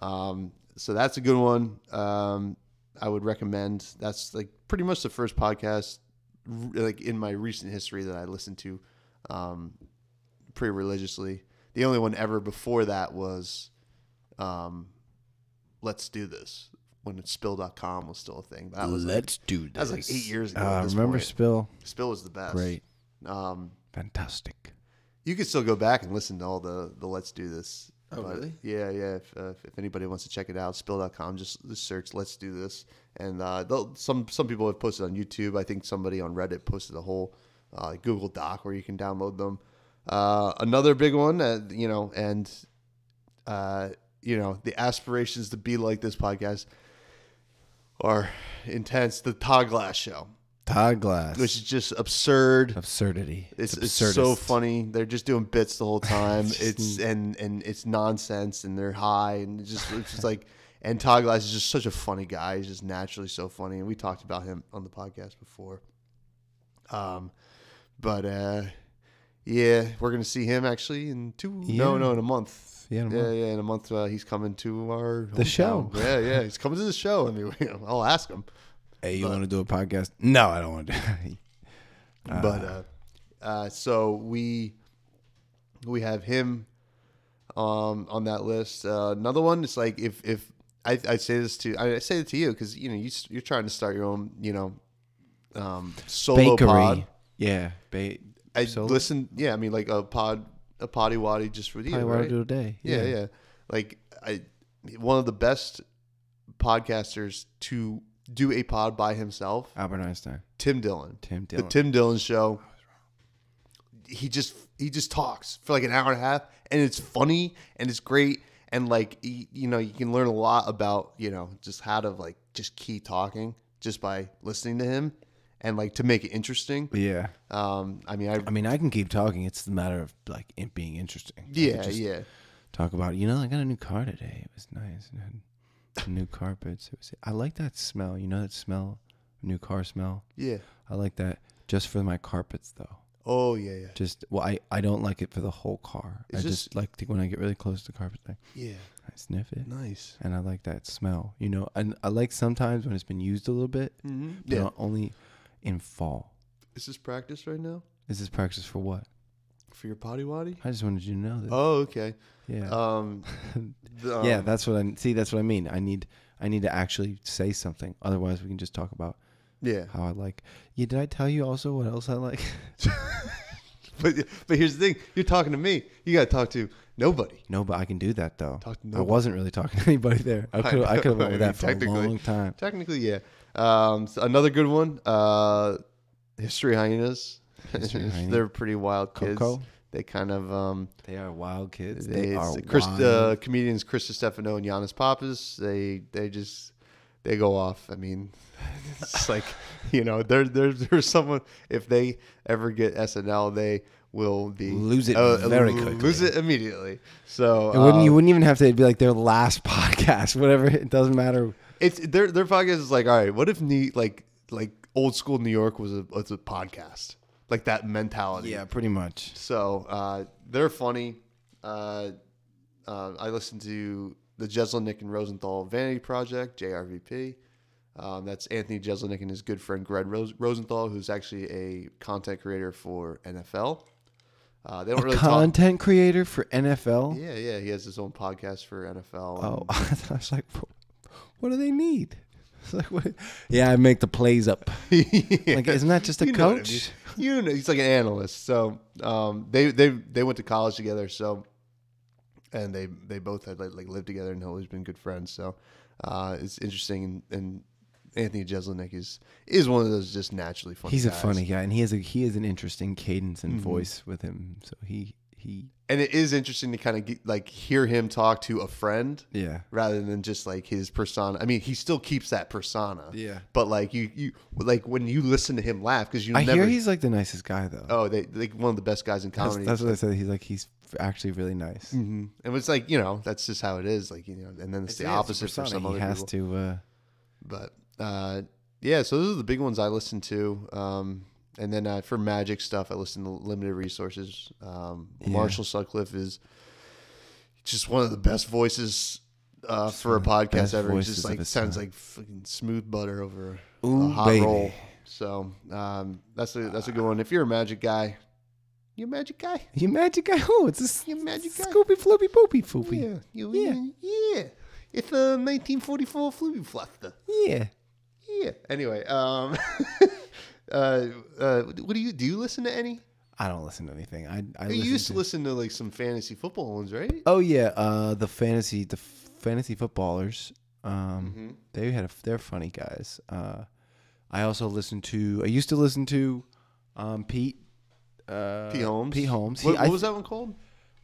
Speaker 2: Um, so that's a good one. Um, I would recommend. That's like pretty much the first podcast, r- like in my recent history that I listened to, um, pretty religiously. The only one ever before that was, um, "Let's Do This" when Spill.com was still a thing. That was like,
Speaker 3: do this.
Speaker 2: that was like eight years ago. at
Speaker 3: Uh,
Speaker 2: this
Speaker 3: remember
Speaker 2: point.
Speaker 3: Spill?
Speaker 2: Spill was the best.
Speaker 3: Great,
Speaker 2: Um,
Speaker 3: fantastic.
Speaker 2: you could still go back and listen to all the the Let's Do This
Speaker 3: Oh,
Speaker 2: But,
Speaker 3: really?
Speaker 2: Yeah, yeah. If, uh, if anybody wants to check it out, spill.com, just, just search "Let's Do This," and uh, they'll- some some people have posted on YouTube. I think somebody on Reddit posted a whole uh, Google Doc where you can download them. Uh, another big one, uh, you know, and uh, you know the aspirations to be like this podcast are intense. The Todd Glass Show,
Speaker 3: Todd Glass.
Speaker 2: which is just absurd.
Speaker 3: absurdity.
Speaker 2: It's, it's
Speaker 3: absurdist.
Speaker 2: so funny. They're just doing bits
Speaker 3: *laughs*
Speaker 2: the whole time. it's and and it's nonsense and they're high and it's just it's just like and Todd Glass is just such a funny guy. He's just naturally so funny. And we talked about him on the podcast before. Um but uh yeah, we're gonna see him actually in two no
Speaker 3: Yeah.
Speaker 2: no in a month.
Speaker 3: Yeah, in a
Speaker 2: yeah,
Speaker 3: month.
Speaker 2: yeah, in a month uh, he's coming to our
Speaker 3: The show.
Speaker 2: hometown. Yeah, yeah, he's coming to the show. I mean, *laughs* I'll ask him.
Speaker 3: Hey, you want to do a podcast? No, I don't want *laughs* to.
Speaker 2: but
Speaker 3: Uh-huh.
Speaker 2: uh, uh, so we we have him um, on that list. Uh, another one is like if if I, I say this to I, I say it to you because you know you, s- you're trying to start your own you know um, solo
Speaker 3: Bakery.
Speaker 2: pod.
Speaker 3: Yeah. Ba-
Speaker 2: I
Speaker 3: solo-
Speaker 2: listen. Yeah, I mean like a pod a potty waddy just with you.
Speaker 3: Probably
Speaker 2: right?
Speaker 3: want to do a day.
Speaker 2: yeah, yeah. Like I, one of the best podcasters to do a pod by himself,
Speaker 3: Albert Einstein.
Speaker 2: Tim Dillon.
Speaker 3: Tim
Speaker 2: The
Speaker 3: Dillon.
Speaker 2: Tim Dillon show. He just he just talks for like an hour and a half, and it's funny and it's great, and like y- you know you can learn a lot about you know just how to like just keep talking just by listening to him, and like to make it interesting.
Speaker 3: yeah.
Speaker 2: Um, I mean, I,
Speaker 3: I mean, I can keep talking. It's a matter of like it being interesting. I could
Speaker 2: yeah,
Speaker 3: just
Speaker 2: yeah,
Speaker 3: Talk about you know I got a new car today. It was nice. It had new carpets. It was. I like that smell. You know that smell, new car smell.
Speaker 2: yeah.
Speaker 3: I like that just for my carpets though.
Speaker 2: Oh yeah, yeah,
Speaker 3: Just well, I, I don't like it for the whole car. I
Speaker 2: It's
Speaker 3: just,
Speaker 2: just-
Speaker 3: like to, when I get really close to the carpet, like
Speaker 2: yeah.
Speaker 3: I sniff it,
Speaker 2: Nice.
Speaker 3: and I like that smell. You know, and I like sometimes when it's been used a little bit,
Speaker 2: Mm-hmm.
Speaker 3: but
Speaker 2: Yeah.
Speaker 3: only in fall.
Speaker 2: Is this practice right now
Speaker 3: Is this practice for what?
Speaker 2: for your potty waddy?
Speaker 3: I just wanted you to know that.
Speaker 2: Oh, okay.
Speaker 3: yeah. *laughs*
Speaker 2: Um, the, um,
Speaker 3: yeah, that's what I see. That's what I mean. I need I need to actually say something. Otherwise, we can just talk about
Speaker 2: yeah. *laughs*
Speaker 3: how I like. Yeah, did I tell you also what else I like? *laughs*
Speaker 2: But but here's the thing: you're talking to me. You got to talk to nobody.
Speaker 3: no, but I can do that though.
Speaker 2: Talk to
Speaker 3: I
Speaker 2: nobody.
Speaker 3: wasn't really talking *laughs* to anybody there. I could I could have
Speaker 2: I
Speaker 3: went with
Speaker 2: mean,
Speaker 3: that for a
Speaker 2: technically.
Speaker 3: long time.
Speaker 2: Technically, yeah. Um, so another good one. Uh, history hyenas. *laughs*
Speaker 3: History hyena.
Speaker 2: They're pretty wild kids.
Speaker 3: Coco?
Speaker 2: They kind of um,
Speaker 3: They are wild kids.
Speaker 2: they,
Speaker 3: They, are
Speaker 2: it's Chris,
Speaker 3: wild.
Speaker 2: uh, comedians Chris Stefano and Giannis Pappas. They they just they go off. I mean, *laughs* it's like you know, there there there's someone if they ever get SNL, they will be uh,
Speaker 3: Lose it very
Speaker 2: lose
Speaker 3: quickly.
Speaker 2: it immediately. So
Speaker 3: It wouldn't,
Speaker 2: um,
Speaker 3: you wouldn't even have to it'd be like their last *laughs* podcast, whatever. It doesn't matter.
Speaker 2: It's their their podcast is like, all right, what if New, like like old school New York was a was a podcast like that mentality?
Speaker 3: Yeah, pretty much.
Speaker 2: So uh, they're funny. Uh, uh, I listen to the Jeselnik and Rosenthal Vanity Project (JRVP). Um, that's Anthony Jeselnik and his good friend Greg Ros- Rosenthal, who's actually a content creator for NFL. Uh, they don't really talk.
Speaker 3: Content creator for NFL.
Speaker 2: Yeah, yeah, he has his own podcast for NFL. *laughs*
Speaker 3: Oh, *laughs* I was like, what do they need? *laughs* It's like, what? Yeah, I make the plays *laughs* up. Like, isn't that *laughs* just a
Speaker 2: You know what I
Speaker 3: coach?
Speaker 2: mean. You know, he's like an analyst. So um, they they they went to college together. So and they they both had like, like lived together and always been good friends. So uh, it's interesting. And, and Anthony Jeselnik is is one of those just naturally funny.
Speaker 3: He's a
Speaker 2: guys.
Speaker 3: funny guy, Mm-hmm. and he has a he has an interesting cadence and voice with him. So he he
Speaker 2: and it is interesting to kind of get, like hear him talk to a friend.
Speaker 3: yeah
Speaker 2: rather than just like his persona. I mean, he still keeps that persona.
Speaker 3: Yeah.
Speaker 2: But like you, you like when you listen to him laugh because you
Speaker 3: I
Speaker 2: never.
Speaker 3: hear he's like the nicest guy though.
Speaker 2: oh, they like one of the best guys in
Speaker 3: that's,
Speaker 2: comedy.
Speaker 3: that's what I said. He's like he's actually really nice.
Speaker 2: hmm And it's like you know that's just how it is. Like you know, and then it's, the
Speaker 3: Yeah, it's a
Speaker 2: opposite for
Speaker 3: persona.
Speaker 2: some
Speaker 3: He
Speaker 2: other
Speaker 3: has
Speaker 2: people.
Speaker 3: to. Uh,
Speaker 2: But uh, yeah, so those are the big ones I listen to. Um, and then uh, for magic stuff, I listen to limited resources. Um, Marshall Sutcliffe is just one of the best voices. Uh, for a
Speaker 3: one of the
Speaker 2: podcast
Speaker 3: best
Speaker 2: ever, It's just
Speaker 3: voices of
Speaker 2: like
Speaker 3: his
Speaker 2: sounds
Speaker 3: time.
Speaker 2: like fucking smooth butter over a
Speaker 3: Ooh,
Speaker 2: hot
Speaker 3: baby.
Speaker 2: roll. So um, that's a that's a good one. If you're a magic guy, you a magic guy.
Speaker 3: you magic guy? *laughs* Oh, it's a s-
Speaker 2: You magic guy.
Speaker 3: Scoopy floopy poopy foopy.
Speaker 2: Yeah, you,
Speaker 3: Yeah.
Speaker 2: yeah, yeah. It's a 1944 Floopy Fluster.
Speaker 3: yeah.
Speaker 2: *laughs* Yeah. Anyway, um, uh, uh, what do you do? You listen to any?
Speaker 3: I don't listen to anything. I, I
Speaker 2: You used to
Speaker 3: to-
Speaker 2: listen to like some fantasy football ones, right?
Speaker 3: Oh yeah, uh, the fantasy the f- fantasy footballers. Um,
Speaker 2: Mhm.
Speaker 3: they had a, they're funny guys. Uh, I also listened to I used to listen to um, Pete. Uh,
Speaker 2: Pete Holmes.
Speaker 3: Pete Holmes. He-
Speaker 2: What,
Speaker 3: I
Speaker 2: what was
Speaker 3: th-
Speaker 2: that one called?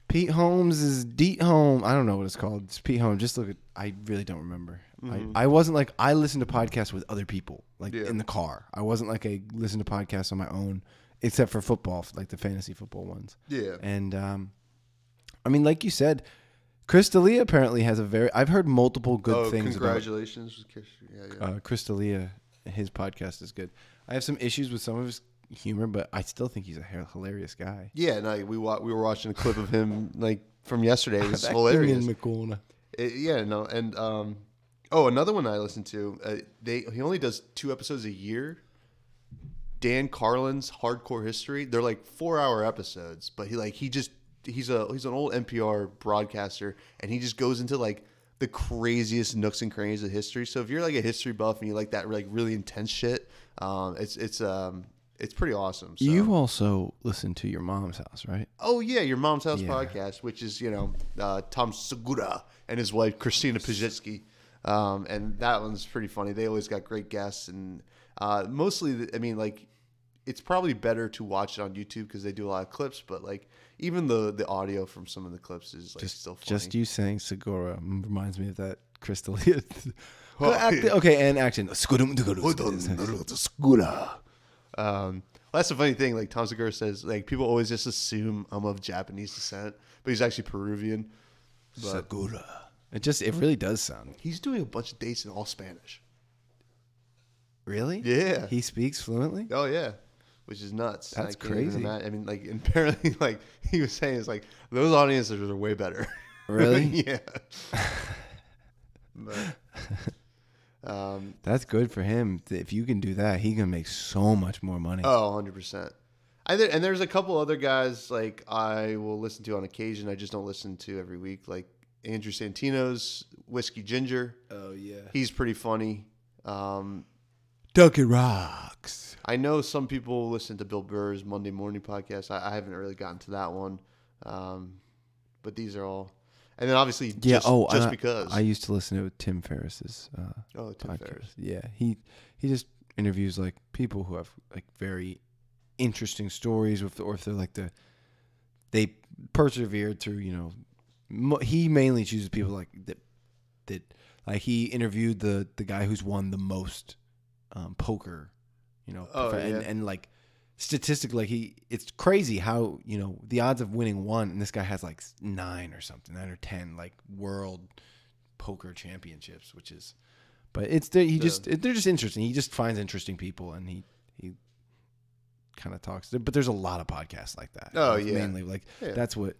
Speaker 3: Pete Holmes is Deet Home. I don't know what it's called. It's Pete Home. Just look at. I really don't remember. I, I wasn't like I listened to podcasts with other people, like
Speaker 2: Mm-hmm. Yeah.
Speaker 3: in the car. I wasn't like I listened to podcasts on my own, except for football, like the fantasy football ones.
Speaker 2: Yeah.
Speaker 3: And um, I mean, like you said, Chris D'Elia apparently has a very. I've heard multiple good
Speaker 2: oh,
Speaker 3: things about
Speaker 2: congratulations. Yeah, yeah.
Speaker 3: uh, Chris D'Elia. His podcast is good. I have some issues with some of his humor, but I still think he's a hi- hilarious guy.
Speaker 2: yeah, and I, we wa- we were watching a clip of him like from yesterday.
Speaker 3: *laughs*
Speaker 2: It was
Speaker 3: Back
Speaker 2: hilarious.
Speaker 3: in the corner.
Speaker 2: It- Uh, yeah, no, and um, oh, another one I listened to. Uh, they he only does two episodes a year. Dan Carlin's Hardcore History. They're like four hour episodes, but he like he just he's a he's an old NPR broadcaster, and he just goes into like the craziest nooks and crannies of history. So if you're like a history buff and you like that like really intense shit, um, it's it's um it's pretty awesome. So.
Speaker 3: You also listen to your mom's house, right?
Speaker 2: Oh yeah, your mom's house podcast, which is you know uh, Tom Segura and his wife Christina Pajitsky, um, and that one's pretty funny. They always got great guests, and uh, mostly, th- I mean, like it's probably better to watch it on YouTube because they do a lot of clips, but like even the the audio from some of the clips is like still Oh, funny.
Speaker 3: Just you saying Segura m- reminds me of that Chris *laughs* D'Elia.
Speaker 2: Oh,
Speaker 3: Good act-
Speaker 2: yeah.
Speaker 3: okay, and action.
Speaker 2: Um, well, that's the funny thing. Like Tom Segura says, like people always just assume I'm of Japanese descent, but he's actually Peruvian.
Speaker 3: Segura. It just it really does sound.
Speaker 2: He's doing a bunch of dates in all Spanish.
Speaker 3: Really?
Speaker 2: Yeah.
Speaker 3: He speaks fluently?
Speaker 2: Oh yeah, which is nuts.
Speaker 3: That's
Speaker 2: I can't even
Speaker 3: crazy.
Speaker 2: ima- I mean, like *laughs* and apparently, like he was saying, it's like those audiences are way better.
Speaker 3: *laughs*
Speaker 2: *laughs*
Speaker 3: Really?
Speaker 2: yeah. but, um.
Speaker 3: That's good for him. If you can do that, he can make so much more money.
Speaker 2: Oh, 100 percent. I th- and there's a couple other guys like I will listen to on occasion. I just don't listen to every week. Like Andrew Santino's Whiskey Ginger.
Speaker 3: oh yeah.
Speaker 2: He's pretty funny. Um,
Speaker 3: Ducky rocks.
Speaker 2: I know some people listen to Bill Burr's Monday Morning podcast. I, I haven't really gotten to that one, um, but these are all. And then obviously, just,
Speaker 3: Yeah. oh,
Speaker 2: just
Speaker 3: I,
Speaker 2: because.
Speaker 3: I used to listen to Tim Ferriss's uh,
Speaker 2: oh, Tim
Speaker 3: podcast.
Speaker 2: Ferriss.
Speaker 3: Yeah, he he just interviews like people who have like very interesting stories, with, or if they're like the they persevered through. You know, mo- he mainly chooses people like that. That like he interviewed the the guy who's won the most um, poker. You know,
Speaker 2: Oh,
Speaker 3: profe- and,
Speaker 2: yeah.
Speaker 3: and like statistically, like he it's crazy how you know the odds of winning one, and this guy has like nine or something, nine or ten like world poker championships, which is but it's the, he just they're just interesting. He just finds interesting people, and he he kind of talks. But there's a lot of podcasts like that.
Speaker 2: Oh,
Speaker 3: It's
Speaker 2: yeah.
Speaker 3: mainly like
Speaker 2: Yeah.
Speaker 3: that's what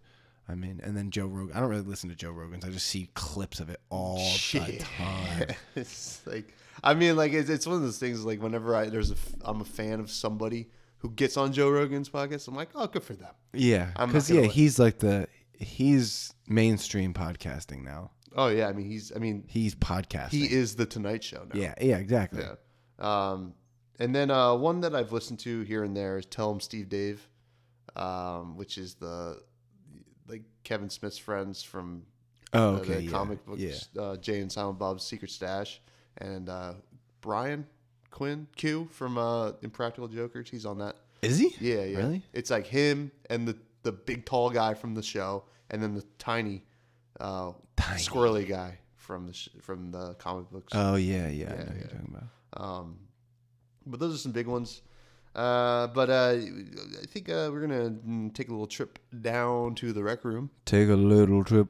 Speaker 3: I'm in. And then Joe Rogan. I don't really listen to Joe Rogan's. I just see clips of it all the
Speaker 2: Shit.
Speaker 3: time.
Speaker 2: *laughs* it's like I mean, like it's, it's one of those things. Like whenever I there's a f- I'm a fan of somebody who gets on Joe Rogan's podcast, I'm like, oh, good for them.
Speaker 3: Yeah,
Speaker 2: I'm not
Speaker 3: because
Speaker 2: gonna
Speaker 3: yeah,
Speaker 2: li-
Speaker 3: he's like the he's mainstream podcasting now.
Speaker 2: Oh yeah, I mean he's I mean
Speaker 3: He's podcasting.
Speaker 2: he is the Tonight Show now.
Speaker 3: Yeah, yeah, exactly.
Speaker 2: Yeah. Um, and then uh, one that I've listened to here and there is Tell 'em Steve Dave, um, which is the like Kevin Smith's friends from
Speaker 3: Oh,
Speaker 2: uh,
Speaker 3: okay.
Speaker 2: the
Speaker 3: yeah,
Speaker 2: comic books,
Speaker 3: Yeah.
Speaker 2: uh, Jay and Silent Bob's Secret Stash, and uh, Brian Quinn Q from uh, Impractical Jokers. He's on that.
Speaker 3: Is he?
Speaker 2: Yeah, yeah.
Speaker 3: Really?
Speaker 2: It's like him and the the big tall guy from the show, and then the tiny, uh,
Speaker 3: Tiny.
Speaker 2: squirrely guy from the sh- from the comic books.
Speaker 3: Oh yeah, yeah. I know
Speaker 2: Yeah,
Speaker 3: who
Speaker 2: yeah.
Speaker 3: you're talking about.
Speaker 2: Um, but those are some big ones. Uh, but uh, I think uh, we're gonna mm, take a little trip down to the rec room.
Speaker 3: Take a little trip.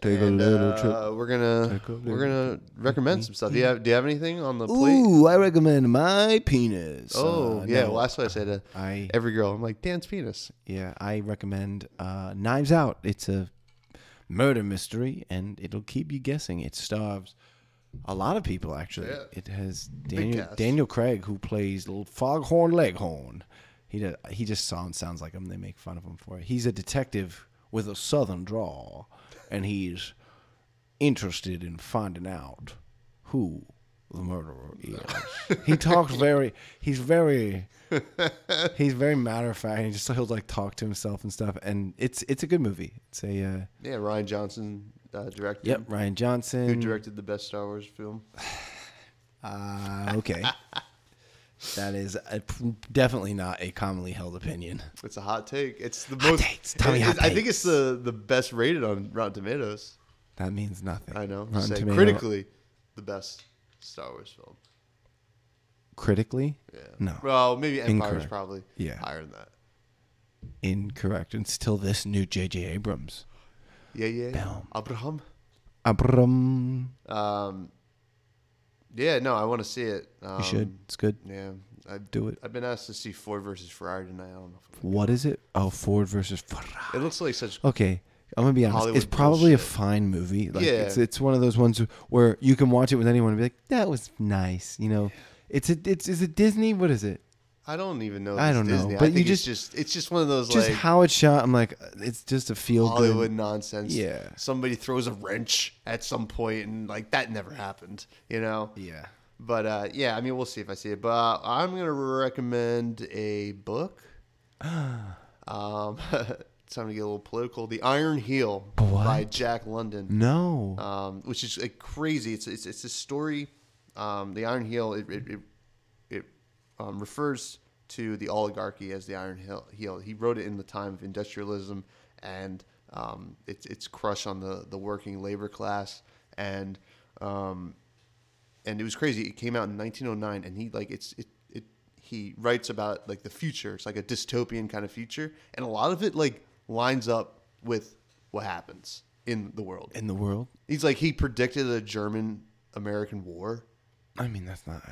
Speaker 3: Take
Speaker 2: and,
Speaker 3: a little
Speaker 2: uh,
Speaker 3: trip.
Speaker 2: We're gonna
Speaker 3: Take a little
Speaker 2: we're gonna recommend some stuff. Do you have Do you have anything on the plate?
Speaker 3: Ooh, I recommend my penis.
Speaker 2: Oh
Speaker 3: Uh,
Speaker 2: yeah,
Speaker 3: no.
Speaker 2: well that's what I say to
Speaker 3: I
Speaker 2: every girl. I'm like Dan's penis.
Speaker 3: yeah, I recommend uh, Knives Out. It's a murder mystery, and it'll keep you guessing. It stars a lot of people actually.
Speaker 2: Yeah.
Speaker 3: It has Daniel
Speaker 2: cast.
Speaker 3: Daniel Craig who plays little Foghorn Leghorn. He does, he just sounds sounds like him. They make fun of him for it. He's a detective with a southern drawl, and he's interested in finding out who the murderer is.
Speaker 2: *laughs*
Speaker 3: he talks very. He's very. He's very matter of fact. He just he'll like talk to himself and stuff. And it's it's a good movie. It's a uh,
Speaker 2: Yeah, Ryan Johnson uh, directed.
Speaker 3: yep. Ryan Johnson.
Speaker 2: Who directed the best Star Wars film? *laughs*
Speaker 3: Uh, okay. that is a, definitely not a commonly held opinion.
Speaker 2: It's a hot take. It's the most.
Speaker 3: takes. Tell me
Speaker 2: it-
Speaker 3: hot
Speaker 2: it- I think it's the the best rated on Rotten Tomatoes.
Speaker 3: That means nothing.
Speaker 2: I know.
Speaker 3: Rotten
Speaker 2: Say
Speaker 3: Tomato-
Speaker 2: critically, the best Star Wars film.
Speaker 3: Critically?
Speaker 2: Yeah.
Speaker 3: No.
Speaker 2: Well, maybe Empire's
Speaker 3: Incorrect.
Speaker 2: probably
Speaker 3: Yeah.
Speaker 2: higher than that.
Speaker 3: Incorrect. It's still this new J.J. Abrams.
Speaker 2: Yeah, yeah.
Speaker 3: Film.
Speaker 2: Abraham.
Speaker 3: Abram.
Speaker 2: Um, yeah, no, I want to see it. Um,
Speaker 3: You should. It's good.
Speaker 2: Yeah, I,
Speaker 3: Do it.
Speaker 2: I've been asked to see Ford versus Ferrari tonight. I don't know. If
Speaker 3: What is it? Oh, Ford versus Ferrari.
Speaker 2: it looks like such.
Speaker 3: Okay. I'm gonna be honest.
Speaker 2: Hollywood
Speaker 3: it's probably a
Speaker 2: bullshit.
Speaker 3: fine movie. Like
Speaker 2: Yeah.
Speaker 3: it's it's one of those ones where you can watch it with anyone and be like, "That was nice," you know. It's a it's is it Disney? What is it?
Speaker 2: I don't even know. If
Speaker 3: I
Speaker 2: it's
Speaker 3: don't know,
Speaker 2: Disney. I
Speaker 3: but you
Speaker 2: think it's
Speaker 3: just-
Speaker 2: just it's just one of those
Speaker 3: Just
Speaker 2: like
Speaker 3: how it's shot. I'm like, uh, it's just a feel
Speaker 2: Hollywood
Speaker 3: good.
Speaker 2: nonsense.
Speaker 3: Yeah.
Speaker 2: somebody throws a wrench at some point, and like that never happened. You know.
Speaker 3: Yeah.
Speaker 2: But uh, yeah, I mean, we'll see if I see it. But uh, I'm gonna recommend a book. um, *laughs* it's time to get a little political. The Iron Heel by
Speaker 3: What?
Speaker 2: Jack London.
Speaker 3: No.
Speaker 2: um, which is like crazy. It's it's it's a story. Um, the Iron Heel it it it, it um, refers to the oligarchy as the Iron Heel- Heel. He wrote it in the time of industrialism and um, its its crush on the the working labor class and um, and it was crazy. It came out in 1909, and he like it's it it he writes about like the future. It's like a dystopian kind of future, and a lot of it like lines up with what happens in the world.
Speaker 3: in the world.
Speaker 2: He's like he predicted a German American war.
Speaker 3: I mean, that's not.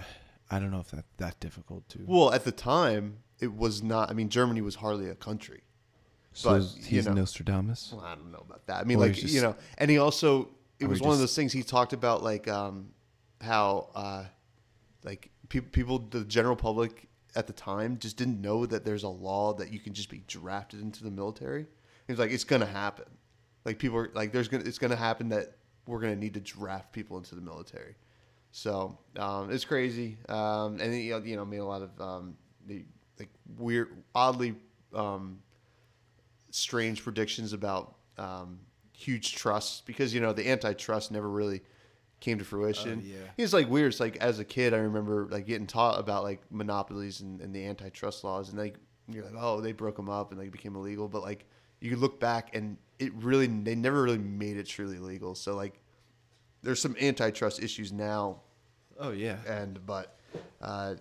Speaker 3: I don't know if that that difficult to.
Speaker 2: Well, at the time, it was not. I mean, Germany was hardly a country.
Speaker 3: so
Speaker 2: but,
Speaker 3: is-
Speaker 2: you
Speaker 3: he's
Speaker 2: know.
Speaker 3: Nostradamus.
Speaker 2: Well, I don't know about that. I mean,
Speaker 3: Or
Speaker 2: like
Speaker 3: he's just-
Speaker 2: you know, and he also it
Speaker 3: or
Speaker 2: was
Speaker 3: he
Speaker 2: one of
Speaker 3: just-
Speaker 2: those things he talked about, like um, how uh, like pe- people, the general public at the time, just didn't know that there's a law that you can just be drafted into the military. He was like, it's gonna happen. Like people are like, there's gonna it's gonna happen that we're gonna need to draft people into the military. So um, it's crazy, um, and he, you know, made a lot of um, the, like weird, oddly um, strange predictions about um, huge trusts because you know the antitrust never really came to fruition.
Speaker 3: yeah.
Speaker 2: it's like weird. It's like as a kid, I remember like getting taught about like monopolies and, and the antitrust laws, and like you're like, oh, they broke them up and like became illegal. But like you look back and it really they never really made it truly legal. So like there's some antitrust issues now
Speaker 3: Oh yeah.
Speaker 2: and but uh,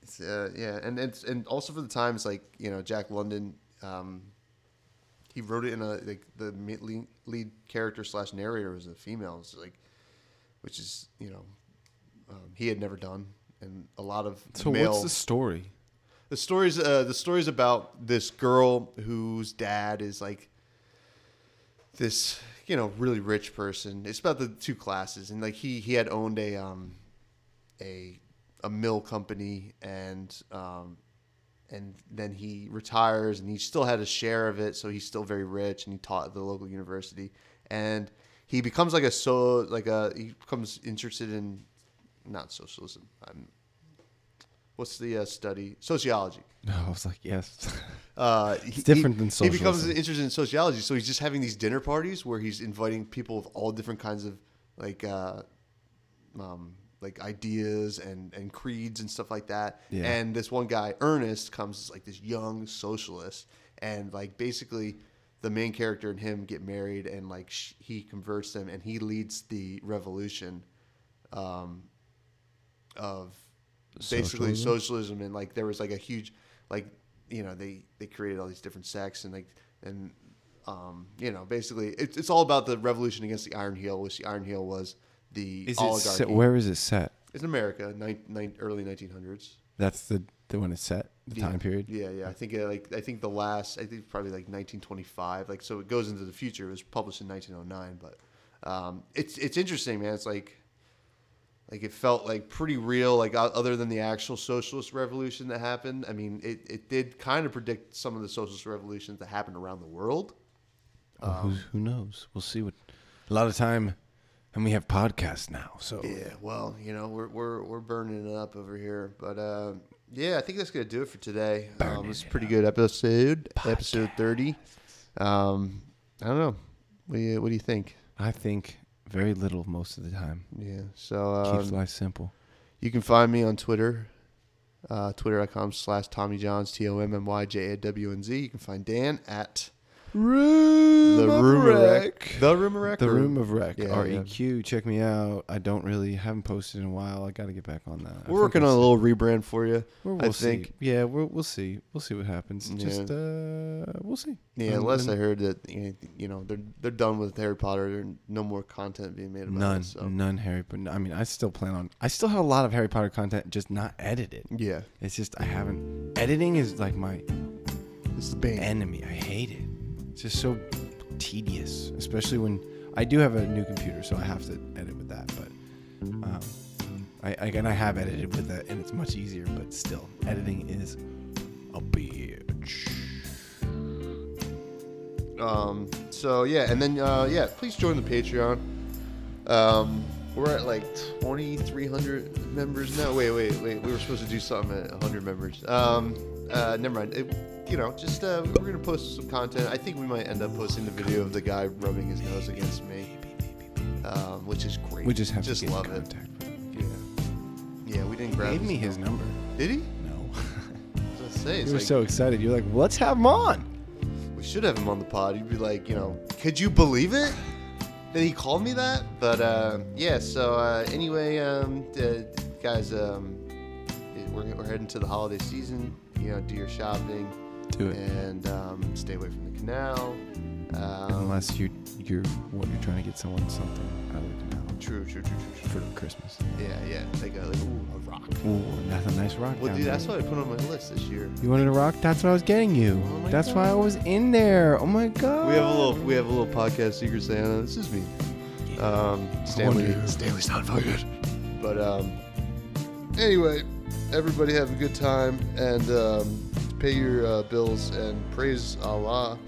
Speaker 2: it's, uh, yeah, and it's and also for the time, it's like you know Jack London, um, he wrote it in a like the me- lead, lead character slash narrator was a female, it's like which is you know um, he had never done, and a lot of
Speaker 3: So
Speaker 2: male,
Speaker 3: what's the story? *laughs*
Speaker 2: the story's uh, the story's about this girl whose dad is like this you know really rich person. It's about the two classes and like he he had owned a um a a mill company and um and then he retires and he still had a share of it so he's still very rich and he taught at the local university and he becomes like a so like a he becomes interested in not socialism I'm, what's the uh, study sociology
Speaker 3: No, I was like, yes.
Speaker 2: uh, he-
Speaker 3: different
Speaker 2: he,
Speaker 3: than
Speaker 2: He becomes
Speaker 3: socialism.
Speaker 2: interested in sociology, so he's just having these dinner parties where he's inviting people of all different kinds of like uh, um, like ideas and and creeds and stuff like that.
Speaker 3: Yeah.
Speaker 2: And this one guy, Ernest, comes as like this young socialist, and like basically. The main character and him get married, and like sh- he converts them, and he leads the revolution of basically
Speaker 3: Socialism?
Speaker 2: socialism and like there was like a huge like you know they they created all these different sects and like and um you know basically it's it's all about the revolution against the iron heel which the iron heel was the
Speaker 3: Is it
Speaker 2: oligarchy
Speaker 3: set, where is it set?
Speaker 2: it's in america nine, nine, early 1900s
Speaker 3: That's the the when it's set. The
Speaker 2: yeah.
Speaker 3: time period.
Speaker 2: Yeah, yeah. I think uh, like I think the last I think probably like 1925. Like so it goes into the future. It was published in 1909, but um, it's it's interesting, man. It's like like it felt like pretty real. Like o- other than the actual socialist revolution that happened, I mean, it it did kind of predict some of the socialist revolutions that happened around the world.
Speaker 3: Well, who's- who knows? We'll see what. A lot of time and we have podcasts now. So
Speaker 2: Yeah, well, you know, we're we're we're burning it up over here, but uh, yeah, I think that's gonna do it for today. Um, it's a pretty good episode, episode thirty. Um, I don't know. What do you, what do you think?
Speaker 3: I think very little most of the time.
Speaker 2: Yeah. So um,
Speaker 3: Keeps life simple.
Speaker 2: You can find me on Twitter, uh, twitter.com slash Tommy Johns, T O M M Y J A W N Z. You can find Dan at
Speaker 3: Room
Speaker 2: The Rumor Wreck. The Rumor Wreck.
Speaker 3: The
Speaker 2: or-
Speaker 3: Room of Wreck.
Speaker 2: Yeah,
Speaker 3: R
Speaker 2: yeah.
Speaker 3: E Q. Check me out. I don't really haven't posted in a while. I got to get back on that. I
Speaker 2: We're
Speaker 3: think
Speaker 2: working
Speaker 3: I
Speaker 2: on a
Speaker 3: said-
Speaker 2: little rebrand for you.
Speaker 3: We'll,
Speaker 2: I
Speaker 3: we'll
Speaker 2: think.
Speaker 3: See. Yeah, we'll we'll see. We'll see what happens.
Speaker 2: Yeah.
Speaker 3: Just uh, we'll see.
Speaker 2: Yeah,
Speaker 3: Um,
Speaker 2: unless I
Speaker 3: and-
Speaker 2: heard that you know, you know they're they're done with Harry Potter. There's no more content being made about
Speaker 3: none,
Speaker 2: it. So
Speaker 3: none Harry. But I mean, I still plan on. I still have a lot of Harry Potter content, just not edited.
Speaker 2: yeah,
Speaker 3: It's just I haven't. Editing is like my
Speaker 2: it's the bane.
Speaker 3: enemy. I hate it. It's just so tedious, especially when I do have a new computer, so I have to edit with that. But um, I, I and I have edited with that, and it's much easier. But still, editing is a bitch.
Speaker 2: Um, so yeah, and then uh, yeah, please join the Patreon. Um, we're at like 2,300 members now. Wait, wait, wait. We were supposed to do something at 100 members. Um, uh, never mind. It, you know, just uh, we're gonna post some content. I think we might end up posting the video of the guy rubbing his nose against me, um, which is great.
Speaker 3: We just have
Speaker 2: just
Speaker 3: to get
Speaker 2: love
Speaker 3: in
Speaker 2: it.
Speaker 3: contact. with him.
Speaker 2: Yeah, yeah. We didn't grab
Speaker 3: Gave me his number.
Speaker 2: Did he?
Speaker 3: *laughs* No,
Speaker 2: I was gonna say,
Speaker 3: you
Speaker 2: it's
Speaker 3: were
Speaker 2: like,
Speaker 3: so excited. You're like, let's have him on.
Speaker 2: we should have him on the pod. He'd be like, you know, could you believe it that he called me that? But uh, yeah, so uh, anyway, um, uh, guys, um, it- we're, we're heading to the holiday season. You know, do your shopping
Speaker 3: Do it.
Speaker 2: and um, stay away from the canal. Um,
Speaker 3: Unless you you're what you're trying to get someone something out of the canal
Speaker 2: true, true, true, true,
Speaker 3: for Christmas.
Speaker 2: true. Yeah, yeah. Like a, like ooh, a rock.
Speaker 3: Ooh, that's a nice rock.
Speaker 2: Well,
Speaker 3: down
Speaker 2: dude,
Speaker 3: there.
Speaker 2: that's what I put on my list this year.
Speaker 3: You wanted a rock? That's what I was getting you.
Speaker 2: Oh my
Speaker 3: That's
Speaker 2: God.
Speaker 3: why I was in there. Oh my god.
Speaker 2: We have a little, we have a little podcast secret Santa. This is me, um, Stanley.
Speaker 3: wonder-
Speaker 2: Stanley's not fired. But um, anyway, everybody have a good time and um, pay your uh, bills and praise Allah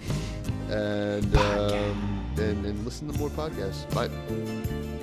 Speaker 2: and um, and and listen to more podcasts. Bye.